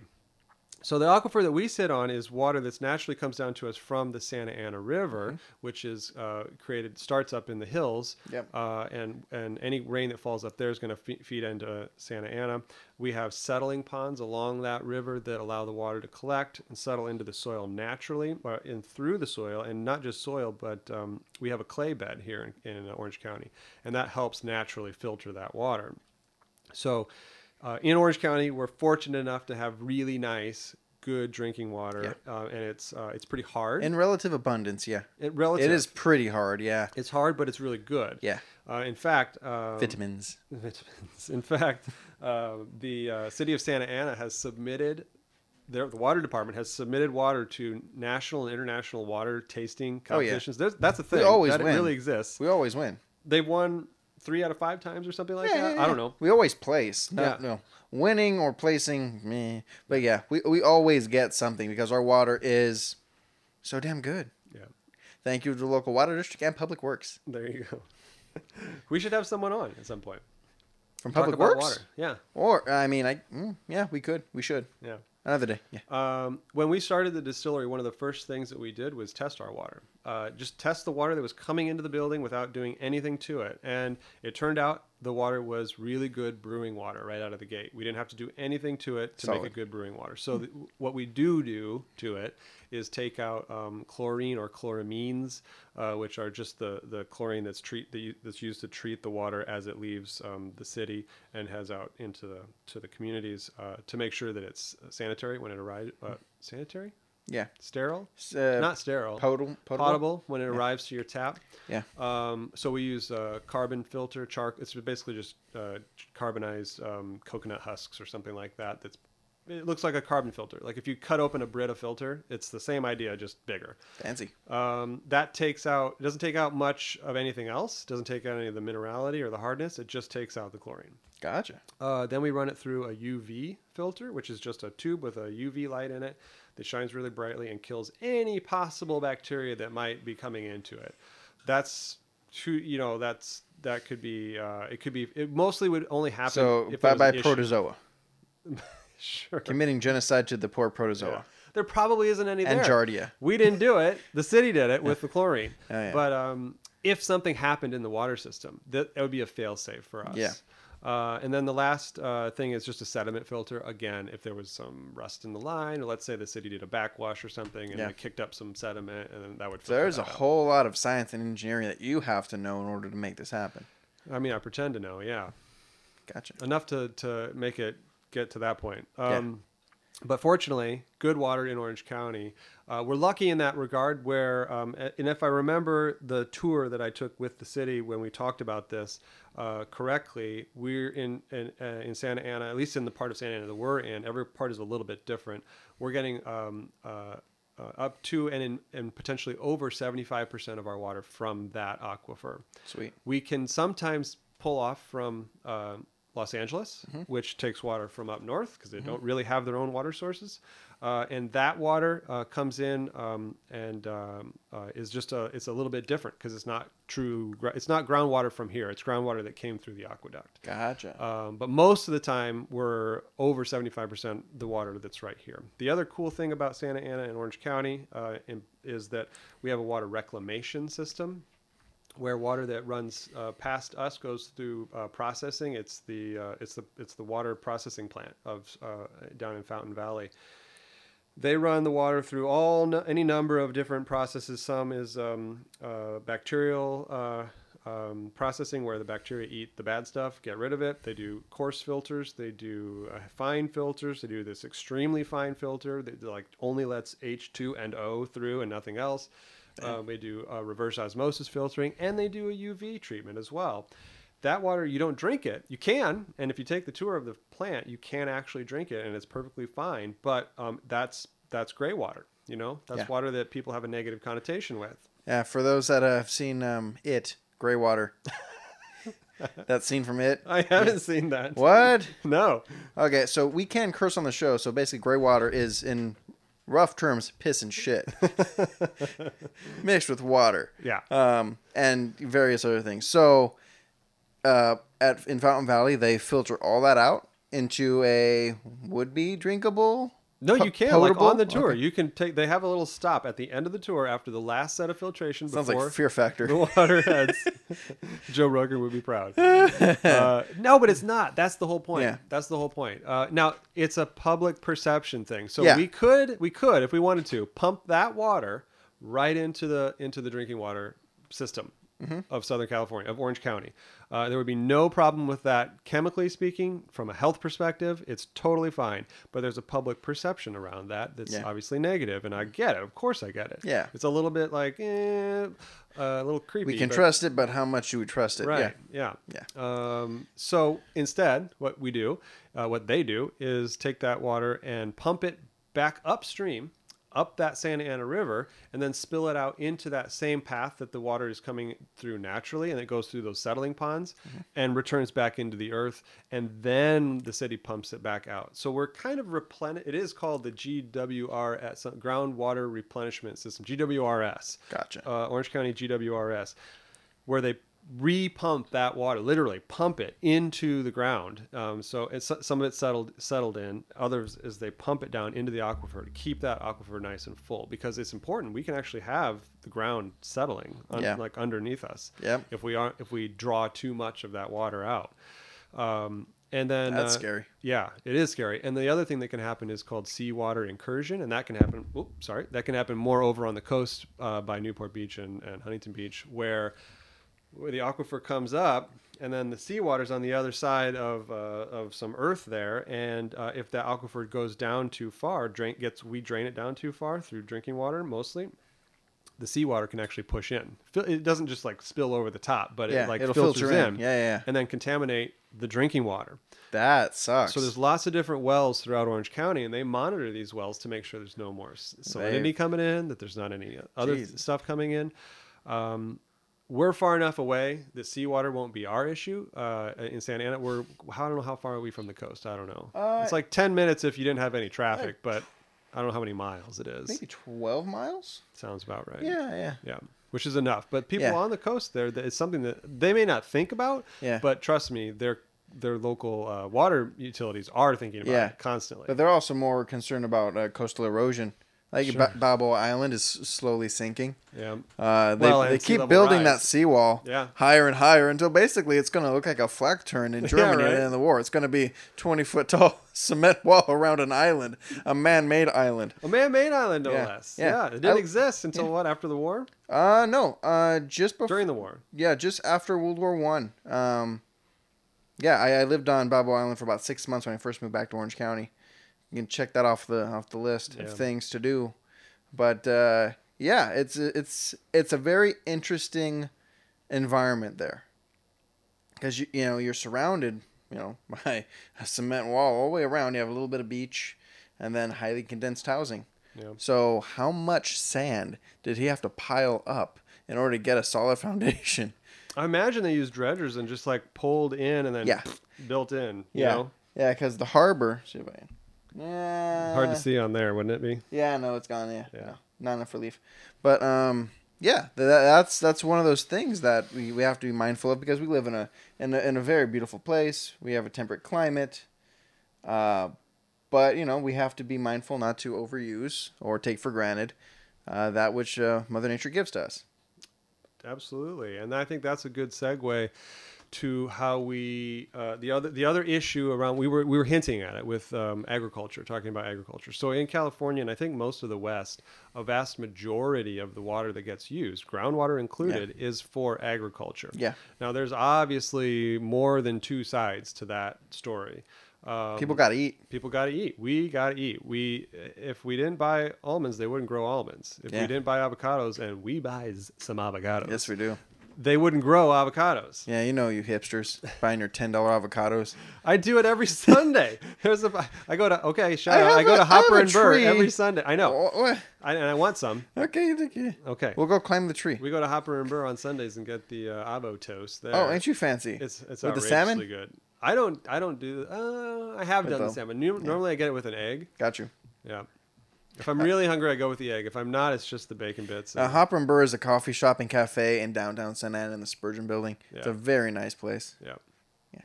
S1: So the aquifer that we sit on is water that's naturally comes down to us from the Santa Ana River, which is uh, created starts up in the hills,
S2: Yep.
S1: uh, and and any rain that falls up there is going to fe- feed into Santa Ana. We have settling ponds along that river that allow the water to collect and settle into the soil naturally, uh, and through the soil, and not just soil, but um, we have a clay bed here in, in Orange County, and that helps naturally filter that water. So, uh, in Orange County, we're fortunate enough to have really nice, good drinking water, uh, and it's uh, it's pretty hard.
S2: in relative abundance, yeah,
S1: it, relative,
S2: it is pretty hard. Yeah,
S1: It's hard, but it's really good.
S2: Yeah.
S1: Uh, in fact, um,
S2: vitamins.
S1: vitamins. In fact, uh, the uh, city of Santa Ana has submitted. Their, the water department has submitted water to national and international water tasting
S2: Oh, yeah.
S1: competitions. There's, that's a thing.
S2: always
S1: that it
S2: win.
S1: really exists.
S2: We always win.
S1: They've won three out of five times or something like that. I don't know.
S2: We always place. No,
S1: Yeah.
S2: no. Winning or placing, me. But yeah, we, we always get something because our water is so damn good.
S1: Yeah.
S2: Thank you to the local water district and Public Works.
S1: There you go. we should have someone on at some point.
S2: From
S1: Talk
S2: Public
S1: about
S2: Works?
S1: water. Yeah,
S2: Or, I mean, I mm, yeah, we could. We should.
S1: yeah.
S2: Another day. Yeah.
S1: Um, when we started the distillery, one of the first things that we did was test our water. Uh, just test the water that was coming into the building without doing anything to it. And it turned out the water was really good brewing water right out of the gate. We didn't have to do anything to it to make
S2: Solid.
S1: it good brewing water. So th- what we do do to it is take out um, chlorine or chloramines, uh, which are just the, the chlorine that's treat the, that's used to treat the water as it leaves um, the city and has out into the to the communities uh, to make sure that it's sanitary when it arrives. Uh, sanitary,
S2: Yeah.
S1: sterile,
S2: S- uh,
S1: not sterile,
S2: Potable. Potable.
S1: potable when it arrives to your tap.
S2: Yeah.
S1: Um, so we use uh, carbon filter char. It's basically just uh, carbonized um, coconut husks or something like that. That's it looks like a carbon filter. Like if you cut open a Brita filter, it's the same idea, just bigger.
S2: Fancy.
S1: Um, that takes out. It doesn't take out much of anything else. It doesn't take out any of the minerality or the hardness. It just takes out the chlorine.
S2: Gotcha.
S1: Uh, then we run it through a UV filter, which is just a tube with a UV light in it that shines really brightly and kills any possible bacteria that might be coming into it. That's too, you know, that's that could be, uh, it could be, it mostly would only happen
S2: So,
S1: if
S2: bye
S1: there was an
S2: bye
S1: issue.
S2: protozoa.
S1: Sure.
S2: Committing genocide to the poor
S1: Yeah.
S2: protozoa.
S1: There probably isn't any
S2: And
S1: there.
S2: Giardia.
S1: We didn't do it. The city did it with the chlorine.
S2: Oh, yeah.
S1: But um, if something happened in the water system, that, that would be a fail safe for us.
S2: Yeah.
S1: Uh, and then the last uh, thing is just a sediment filter. Again, if there was some rust in the line, or let's say the city did a backwash or something and
S2: Yeah.
S1: it kicked up some sediment, and then that would
S2: So,
S1: filter.
S2: there's a
S1: that out.
S2: whole lot of science and engineering that you have to know in order to make this happen.
S1: I mean, I pretend to know, yeah.
S2: Gotcha.
S1: enough to, to make it get to that point. Um, But fortunately, good water in Orange County. Uh, we're lucky in that regard where, um, a- and if I remember the tour that I took with the city when we talked about this uh, correctly, we're in, in, uh, in Santa Ana, at least in the part of Santa Ana that we're in, every part is a little bit different. We're getting um, uh, uh, up to and, in, and potentially over 75% of our water from that aquifer
S2: Sweet.
S1: we can sometimes pull off from uh, Los Angeles, which takes water from up north because they don't really have their own water sources, uh, and that water uh, comes in um, and um, uh, is just a it's a little bit different because it's not true gr- it's not groundwater from here it's groundwater that came through the aqueduct.
S2: Gotcha.
S1: Um, but most of the time, we're over 75% the water that's right here. The other cool thing about Santa Ana and Orange County uh, in, is that we have a water reclamation system where water that runs uh, past us goes through uh, processing. It's the uh, it's the it's the water processing plant of uh, down in Fountain Valley. They run the water through all nu- any number of different processes. Some is um, uh, bacterial uh, um, processing, where the bacteria eat the bad stuff, get rid of it. They do coarse filters. They do uh, fine filters. They do this extremely fine filter that like only lets H two and O through and nothing else. Um, they do uh, reverse osmosis filtering, and they do a UV treatment as well. That water, you don't drink it. You can, and if you take the tour of the plant, you can actually drink it, and it's perfectly fine. But um, that's that's gray water. You know, that's
S2: Yeah.
S1: water that people have a negative connotation with.
S2: Yeah, for those that uh, have seen um, it, Greywater, that scene from it.
S1: I haven't seen that.
S2: What?
S1: No.
S2: Okay, so we can curse on the show. So basically, Greywater is in rough terms piss and shit mixed with water.
S1: Yeah.
S2: um, and various other things. So, uh, at in Fountain Valley, they filter all that out into a would be drinkable.
S1: No,
S2: po-
S1: you can like
S2: potable?
S1: on the tour.
S2: Okay.
S1: You can take. They have a little stop at the end of the tour after the last set of filtration.
S2: Sounds
S1: before,
S2: like Fear Factor.
S1: The Waterheads. Joe Rogan would be proud. Uh, no, but it's not. That's the whole point.
S2: Yeah.
S1: That's the whole point. Uh, now it's a public perception thing. So
S2: Yeah.
S1: we could, we could, if we wanted to, pump that water right into the into the drinking water system
S2: Mm-hmm.
S1: of Southern California, of Orange County. Uh, there would be no problem with that, chemically speaking. From a health perspective, it's totally fine. But there's a public perception around that that's
S2: Yeah. Mm-hmm.
S1: obviously negative, and I get it. Of course, I get it.
S2: Yeah.
S1: it's a little bit like eh, a little creepy.
S2: We can
S1: but-
S2: trust it, but how much do we trust it?
S1: Right. Yeah.
S2: Yeah.
S1: Um, so instead, what we do, uh, what they do, is take that water and pump it back upstream, up that Santa Ana River, and then spill it out into that same path that the water is coming through naturally, and it goes through those settling ponds
S2: Mm-hmm.
S1: and returns back into the earth, and then the city pumps it back out. So we're kind of replenished. It is called the GWR at some uh, groundwater replenishment system, GWRS
S2: Gotcha.
S1: uh, Orange County GWRS, where they repump that water, literally pump it into the ground. Um, so it's, some of it's settled settled in. Others is they pump it down into the aquifer to keep that aquifer nice and full because it's important. We can actually have the ground settling, un-
S2: Yeah.
S1: like underneath us,
S2: Yep.
S1: if we aren't if we draw too much of that water out. Um, and then
S2: That's
S1: uh,
S2: scary.
S1: yeah, it is scary. And the other thing that can happen is called seawater incursion, and that can happen. Oop, sorry, that can happen more over on the coast uh, by Newport Beach and, and Huntington Beach, where where the aquifer comes up, and then the seawater's on the other side of uh, of some earth there. And uh, if that aquifer goes down too far, drain gets we drain it down too far through drinking water mostly. The seawater can actually push in. Fil- It doesn't just like spill over the top, but
S2: Yeah,
S1: it like
S2: it'll
S1: filters
S2: filter in.
S1: in
S2: Yeah, yeah, yeah.
S1: and then contaminate the drinking water.
S2: That sucks.
S1: So there's lots of different wells throughout Orange County, and they monitor these wells to make sure there's no more s- salinity
S2: They've-
S1: coming in, that there's not any uh, other th-
S2: Jesus.
S1: stuff coming in. Um, we're far enough away that seawater won't be our issue uh, in Santa Ana. We're I don't know how far are we from the coast. I don't know.
S2: Uh,
S1: it's like ten minutes if you didn't have any traffic, but I don't know how many miles it is.
S2: maybe twelve miles.
S1: Sounds about right.
S2: Yeah, yeah.
S1: Yeah, which is enough. But people
S2: Yeah.
S1: on the coast there, that- it's something that they may not think about.
S2: Yeah.
S1: But trust me, their their local uh, water utilities are thinking about
S2: Yeah.
S1: it constantly.
S2: But they're also more concerned about uh, coastal erosion. Like
S1: Sure.
S2: Ba- Balboa Island is s- slowly sinking.
S1: yeah.
S2: Uh, they,
S1: Well, and
S2: they
S1: sea
S2: keep
S1: level
S2: building
S1: rise.
S2: that seawall
S1: Yeah.
S2: higher and higher until basically it's going to look like a flak turn in Germany at
S1: right.
S2: the end of the war. It's going to be 20 foot tall cement wall around an island, a man made island.
S1: A man-made island, no
S2: Yeah.
S1: less.
S2: Yeah.
S1: Yeah. It didn't
S2: I-
S1: exist until what? After the war?
S2: Uh, no, uh, just before,
S1: During the war?
S2: yeah, just after World War One. Um, yeah, I, I lived on Balboa Island for about six months when I first moved back to Orange County. You can check that off the off the list
S1: Yeah.
S2: of things to do. But uh, yeah, it's it's it's a very interesting environment there because you you know you're surrounded you know by a cement wall all the way around. You have a little bit of beach and then highly condensed housing.
S1: Yeah.
S2: So how much sand did he have to pile up in order to get a solid foundation?
S1: I imagine they used dredgers and just like pulled in and then
S2: Yeah.
S1: built in. You
S2: Yeah.
S1: Know?
S2: Yeah, because the harbor. See if I can. Yeah.
S1: Hard to see on there, wouldn't it be?
S2: Yeah, no, it's gone. Yeah.
S1: Yeah.
S2: No, not enough relief. But um, yeah, th- that, that's that's one of those things that we, we have to be mindful of because we live in a in a, in a very beautiful place. We have a temperate climate. Uh, but you know we have to be mindful not to overuse or take for granted uh, that which uh, Mother Nature gives to us.
S1: Absolutely, and I think that's a good segue to how we uh, the other the other issue around we were we were hinting at it with um, agriculture, talking about agriculture. So in California, and I think most of the West, a vast majority of the water that gets used, groundwater included, is for agriculture.
S2: Yeah.
S1: Now there's obviously more than two sides to that story. Um,
S2: People got to eat.
S1: people got to eat. We got to eat. We if we didn't buy almonds, they wouldn't grow almonds. If we
S2: Yeah.
S1: didn't buy avocados, and we buy s- some avocados,
S2: Yes, we do.
S1: they wouldn't grow avocados.
S2: Yeah, you know you hipsters buying your ten dollar avocados.
S1: I do it every Sunday. There's a I go to okay, shout
S2: I
S1: out. I
S2: have
S1: go
S2: a-
S1: to
S2: I have
S1: Hopper
S2: a
S1: and Burr
S2: tree.
S1: every Sunday. I know,
S2: Oh, what?
S1: I, and I want some.
S2: Okay, you think you-
S1: Okay,
S2: we'll go climb the tree.
S1: we go to Hopper and Burr on Sundays and get the uh, avo toast. There.
S2: Oh, ain't you fancy?
S1: It's it's
S2: with the
S1: outrageously
S2: salmon.
S1: good. I don't I don't do uh, I have
S2: Good
S1: done the
S2: though.
S1: salmon. Nu- Normally I get it with an egg.
S2: Got you.
S1: Yeah. If I'm really hungry, I go with the egg. If I'm not, it's just the bacon bits.
S2: Uh,
S1: and-
S2: Hopper and Burr is a coffee shop and cafe in downtown Santa Ana in the Spurgeon Building. It's
S1: Yeah.
S2: a very nice place.
S1: Yeah.
S2: Yeah.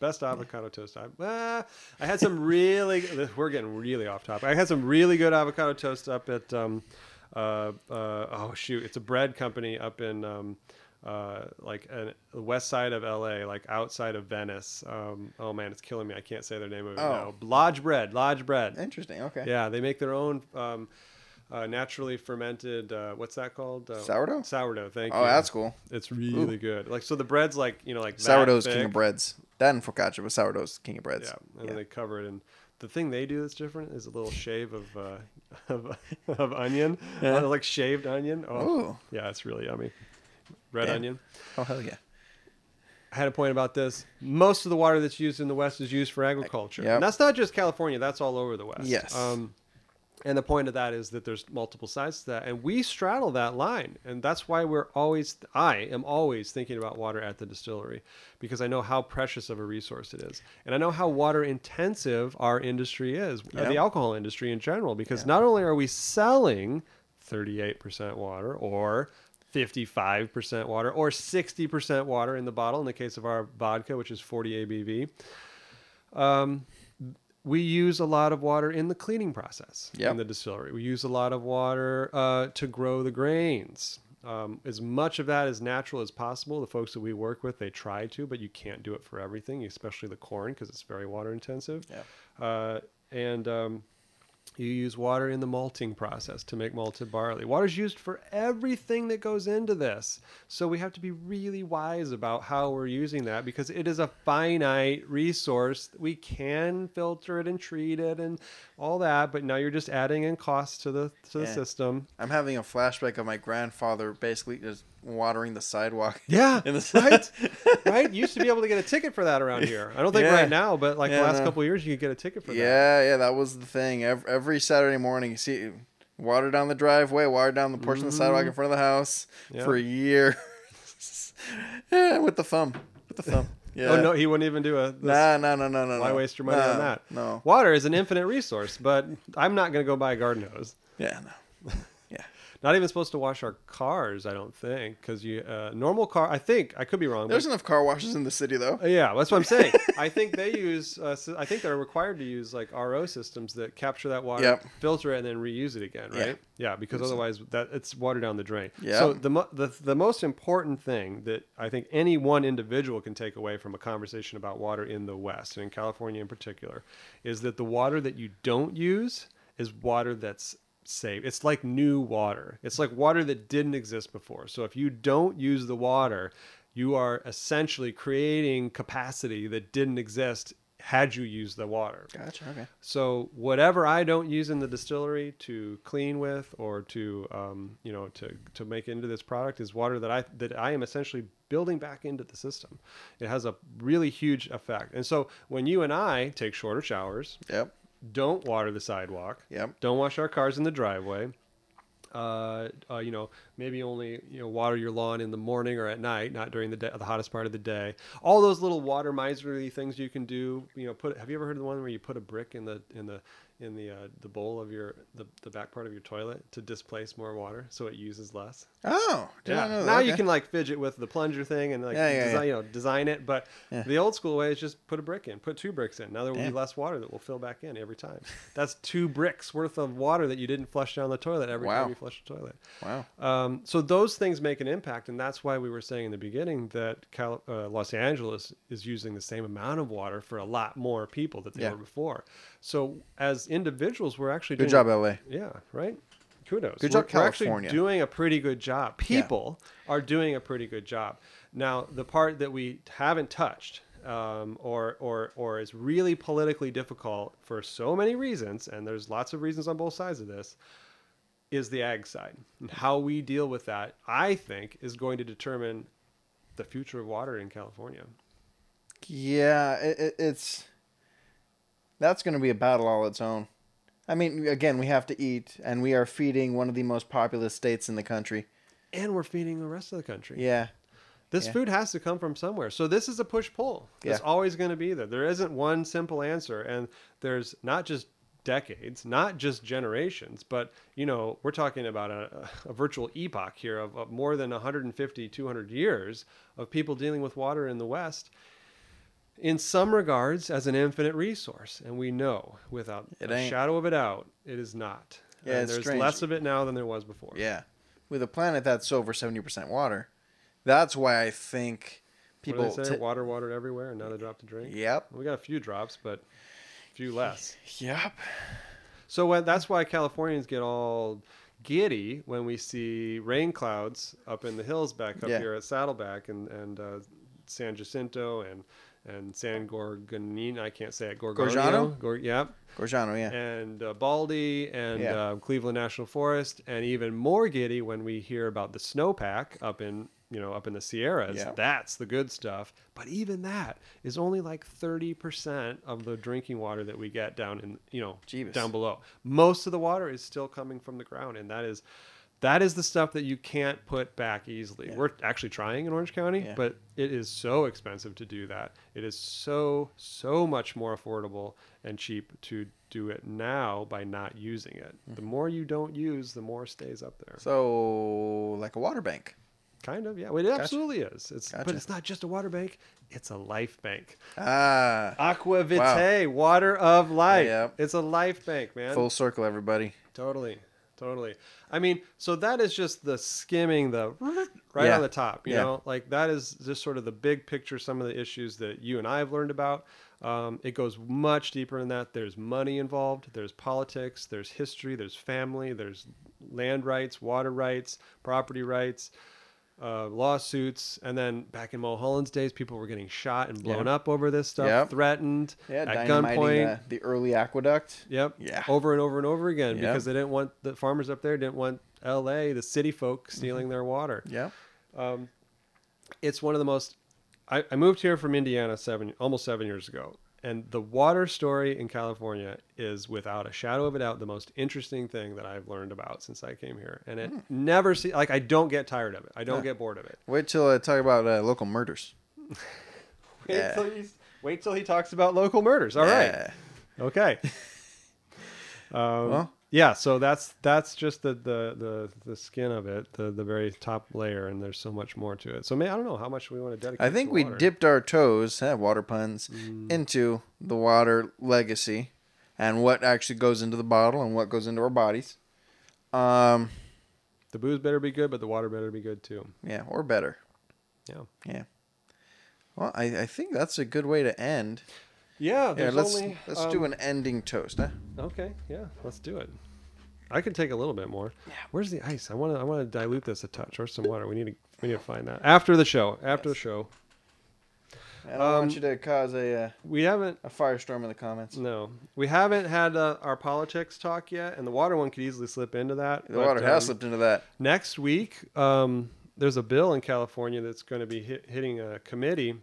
S1: Best avocado toast I uh, I had some really we're getting really off topic. I had some really good avocado toast up at um uh, uh oh shoot, it's a bread company up in um uh like an, the west side of LA, like outside of Venice. Um oh man, it's killing me. I can't say their name of it
S2: Oh.
S1: now. Lodge bread, lodge bread.
S2: Interesting. Okay.
S1: Yeah, they make their own um, uh, naturally fermented. Uh, what's that called? Uh,
S2: Sourdough?
S1: Sourdough. Thank
S2: Oh,
S1: you.
S2: that's cool.
S1: It's really good. Like so, the bread's like you know like that
S2: Sourdough's king
S1: thick.
S2: of breads. That and focaccia, but sourdough's king of breads.
S1: Yeah, and then they cover it in. The thing they do that's different is a little shave of uh, of, of onion,
S2: Yeah.
S1: Uh, like shaved onion. Oh,
S2: Uh-huh. Ooh.
S1: yeah, it's really yummy. Red
S2: Yeah.
S1: onion.
S2: Oh hell yeah.
S1: I had a point about this. Most of the water that's used in the West is used for agriculture.
S2: Yep.
S1: And that's not just California, that's all over the West.
S2: Yes.
S1: Um, and the point of that is that there's multiple sides to that. And we straddle that line. And that's why we're always, I am always thinking about water at the distillery because I know how precious of a resource it is. And I know how water intensive our industry is, uh,
S2: Yeah.
S1: the alcohol industry in general, because not only are we selling 38% water or 55% water or 60% water in the bottle in the case of our vodka, which is 40 ABV. We use a lot of water in the cleaning process
S2: Yep.
S1: in the distillery. We use a lot of water uh, to grow the grains. Um, as much of that as natural as possible. The folks that we work with, they try to, but you can't do it for everything, especially the corn, because it's very water intensive.
S2: Yep.
S1: Uh, and um, you use water in the malting process to make malted barley. Water is used for everything that goes into this. So we have to be really wise about how we're using that because it is a finite resource. We can filter it and treat it and all that, but now you're just adding in costs to the to the
S2: Yeah.
S1: system.
S2: I'm having a flashback of my grandfather basically just watering the sidewalk.
S1: Yeah.
S2: In the-
S1: right. right? You used to be able to get a ticket for that around here. I don't think
S2: Yeah.
S1: right now, but like
S2: Yeah,
S1: the last
S2: no.
S1: couple of years you could get a ticket for that.
S2: Yeah, yeah, that was the thing. Every, every Saturday morning, you see water down the driveway, water down the portion of the sidewalk in front of the house
S1: Mm-hmm. Yeah.
S2: for a year. yeah, with the thumb, with the thumb. Yeah.
S1: Oh no, he wouldn't even do a this-
S2: Nah, no, no, no, no.
S1: Why
S2: no.
S1: waste your money on
S2: No,
S1: that?
S2: No.
S1: Water is an infinite resource, but I'm not going to go buy a garden hose.
S2: Yeah, no. Yeah.
S1: Not even supposed to wash our cars, I don't think, because you uh, normal car. I think I could be wrong.
S2: There's
S1: But, uh,
S2: enough car washes in the city, though.
S1: yeah, that's what I'm saying. I think they use. Uh, s- I think they're required to use like RO systems that capture that water,
S2: Yep.
S1: filter it, and then reuse it again,
S2: Yeah.
S1: right? Yeah, because otherwise that it's water down the drain.
S2: Yeah.
S1: So the, mo- the the most important thing that I think any one individual can take away from a conversation about water in the West and in California in particular is that the water that you don't use is water that's safe. It's like new water. It's like water that didn't exist before. So if you don't use the water, you are essentially creating capacity that didn't exist had you used the water.
S2: Gotcha. Okay.
S1: So whatever I don't use in the distillery to clean with or to um, you know to to make into this product is water that I that I am essentially building back into the system. It has a really huge effect. And so when you and I take shorter showers,
S2: Yep.
S1: don't water the sidewalk,
S2: Yep.
S1: don't wash our cars in the driveway. Uh, uh, you know, maybe only you know water your lawn in the morning or at night, not during the day, the hottest part of the day. All those little water miserly things you can do. You know, put. Have you ever heard of the one where you put a brick in the in the in the uh, the bowl of your the, the back part of your toilet to displace more water so it uses less?
S2: Oh, did
S1: Yeah.
S2: I know that?
S1: Now you
S2: Okay.
S1: can like fidget with the plunger thing and like
S2: Yeah, yeah,
S1: design,
S2: yeah.
S1: you know design it. But
S2: Yeah.
S1: the old school way is just put a brick in, put two bricks in. Now there will
S2: Yeah.
S1: be less water that will fill back in every time. That's two bricks worth of water that you didn't flush down the toilet every
S2: Wow.
S1: time you flush the toilet.
S2: Wow.
S1: Um, so those things make an impact, and that's why we were saying in the beginning that Cal- uh, Los Angeles is using the same amount of water for a lot more people that they
S2: Yeah.
S1: were before. So as individuals, we're actually
S2: Good
S1: doing,
S2: job, LA.
S1: Yeah, right. Kudos.
S2: Good job,
S1: we're, we're actually
S2: California.
S1: doing a pretty good job. People are doing a pretty good job. Now, the part that we haven't touched, um, or or or is really politically difficult for so many reasons, and there's lots of reasons on both sides of this, is the ag side. And how we deal with that, I think, is going to determine the future of water in California.
S2: Yeah, it, it, it's that's going to be a battle all its own. I mean, again, we have to eat, and we are feeding one of the most populous states in the country.
S1: And we're feeding the rest of the country.
S2: Yeah,
S1: This
S2: Yeah.
S1: food has to come from somewhere. So this is a push pull. It's
S2: Yeah.
S1: always going to be there. There isn't one simple answer, and there's not just decades, not just generations, but you know we're talking about a, a virtual epoch here of, of more than 150, 200 years of people dealing with water in the West. In some regards, as an infinite resource, and we know without
S2: It
S1: a
S2: ain't.
S1: shadow of a doubt, it is not.
S2: Yeah,
S1: and
S2: it's
S1: there's
S2: strange.
S1: less of it now than there was before.
S2: yeah. With a planet that's over seventy percent water, that's why I think
S1: What do
S2: people.
S1: they say?
S2: ta-
S1: water, water everywhere, and not a drop to drink.
S2: Yep.
S1: We got a few drops, but a few less.
S2: Yep.
S1: So when, that's why Californians get all giddy when we see rain clouds up in the hills back up
S2: Yeah.
S1: here at Saddleback and and uh, San Jacinto and and San Gorgonino. I can't say it. Gorgonio.
S2: Gorgiano?
S1: Gor- yep.
S2: Gorgiano, yeah.
S1: And uh, Baldy and
S2: Yeah.
S1: uh, Cleveland National Forest, and even more giddy when we hear about the snowpack up in you know up in the Sierras.
S2: Yeah.
S1: That's the good stuff. But even that is only like thirty percent of the drinking water that we get down in you know
S2: Jeebus.
S1: down below. Most of the water is still coming from the ground, and that is. That is the stuff that you can't put back easily.
S2: Yeah.
S1: We're actually trying in Orange County,
S2: Yeah.
S1: but it is so expensive to do that. It is so so much more affordable and cheap to do it now by not using it. The
S2: Mm-hmm.
S1: more you don't use, the more stays up there.
S2: So, like a water bank.
S1: Kind of, yeah. Well, it absolutely is. It's but
S2: Gotcha.
S1: it's not just a water bank; it's a life bank.
S2: Ah,
S1: Aqua vitae, water of life.
S2: Yeah.
S1: It's a life bank, man.
S2: full circle, everybody.
S1: Totally, totally. I mean, so that is just the skimming the right
S2: Yeah.
S1: on the top. You
S2: Yeah.
S1: know, like that is just sort of the big picture. Some of the issues that you and I have learned about. Um, it goes much deeper than that. There's money involved. There's politics. There's history. There's family. There's land rights, water rights, property rights. Uh, lawsuits, and then back in Mulholland's days, people were getting shot and blown up over this stuff,
S2: Yep.
S1: threatened
S2: Yeah,
S1: at
S2: dynamiting uh,
S1: gunpoint.
S2: The, the early aqueduct.
S1: Yep.
S2: Yeah.
S1: Over and over and over again
S2: Yep.
S1: because they didn't want the farmers up there didn't want L.A. the city folk
S2: Mm-hmm.
S1: stealing their water. Um,
S2: Yep.
S1: It's one of the most. I, I moved here from Indiana seven almost seven years ago, and the water story in California is without a shadow of a doubt the most interesting thing that I've learned about since I came here, and
S2: Hmm.
S1: it never see like I don't get tired of it. I don't get bored of it.
S2: Wait till I talk about uh, local murders.
S1: Wait
S2: Yeah.
S1: till he's, wait till he talks about local murders. All right.
S2: Yeah.
S1: Okay. Um,
S2: Well.
S1: yeah, so that's that's just the, the the the skin of it, the the very top layer, and there's so much more to it. So, man, I don't know how much we want to dedicate.
S2: I think
S1: to
S2: we
S1: water. Mm.
S2: dipped our toes, eh, water puns, into the water legacy and what actually goes into the bottle and what goes into our bodies. Um,
S1: The booze better be good, but the water better be good too.
S2: yeah, or better.
S1: Yeah.
S2: Yeah. Well, I, I think that's a good way to end.
S1: Yeah.
S2: Yeah,
S1: There's
S2: let's
S1: only,
S2: let's do
S1: um,
S2: an ending toast. eh? Huh?
S1: Okay. Yeah. Let's do it. I can take a little bit more. Yeah. Where's the ice? I want to I want to dilute this a touch or some water. We need to we need to find that after the show. After the show,
S2: I don't
S1: um,
S2: want you to cause a uh,
S1: we haven't
S2: a firestorm in the comments.
S1: No, we haven't had uh, our politics talk yet, and the water one could easily slip into that.
S2: The
S1: but,
S2: water has
S1: um,
S2: slipped into that.
S1: Next week, um, there's a bill in California that's going to be hit, hitting a committee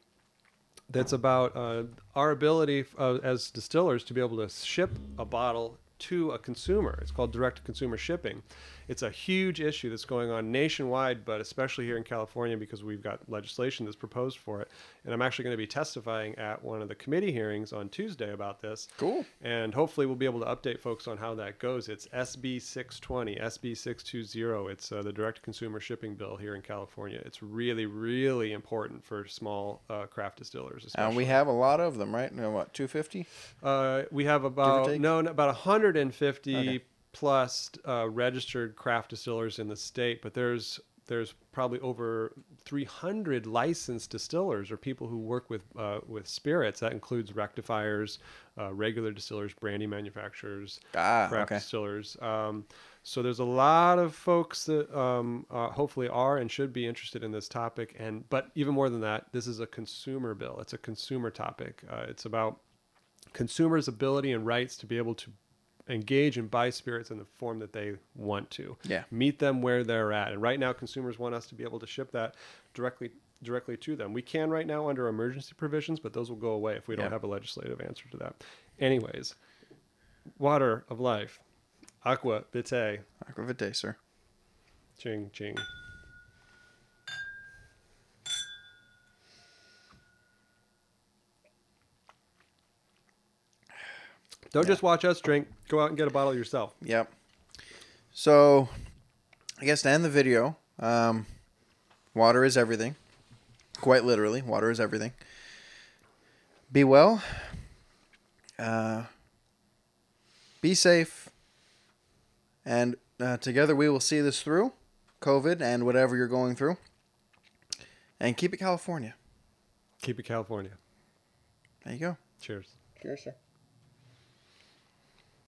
S1: that's about uh, our ability uh, as distillers to be able to ship a bottle to a consumer. It's called direct to consumer shipping. It's a huge issue that's going on nationwide, but especially here in California because we've got legislation that's proposed for it. And I'm actually going to be testifying at one of the committee hearings on Tuesday about this.
S2: Cool.
S1: And hopefully we'll be able to update folks on how that goes. It's SB 620, SB 620. It's uh, the direct consumer shipping bill here in California. It's really, really important for small uh, craft distillers. Especially.
S2: And we have a lot of them, right? No, what, 250?
S1: Uh, we have about
S2: take?
S1: no, no, about 150 plus uh, registered craft distillers in the state, but there's there's probably over 300 licensed distillers or people who work with uh, with spirits. That includes rectifiers, uh, regular distillers, brandy manufacturers,
S2: Ah,
S1: craft
S2: okay.
S1: distillers. Um, so there's a lot of folks that um, uh, hopefully are and should be interested in this topic. And but even more than that, this is a consumer bill. It's a consumer topic. Uh, it's about consumers' ability and rights to be able to engage and buy spirits in the form that they want to.
S2: Yeah.
S1: Meet them where they're at. And right now consumers want us to be able to ship that directly directly to them. We can right now under emergency provisions, but those will go away if we don't
S2: Yeah.
S1: have a legislative answer to that. Anyways, water of life. Aqua vitae.
S2: Aquavitae, sir.
S1: Ching ching. Don't just watch us drink. Go out and get a bottle yourself.
S2: Yep. So, I guess to end the video, um, water is everything. Quite literally, water is everything. Be well. Uh, be safe. And uh, together we will see this through COVID and whatever you're going through. And keep it California.
S1: Keep it California.
S2: There you go.
S1: Cheers.
S2: Cheers, sir.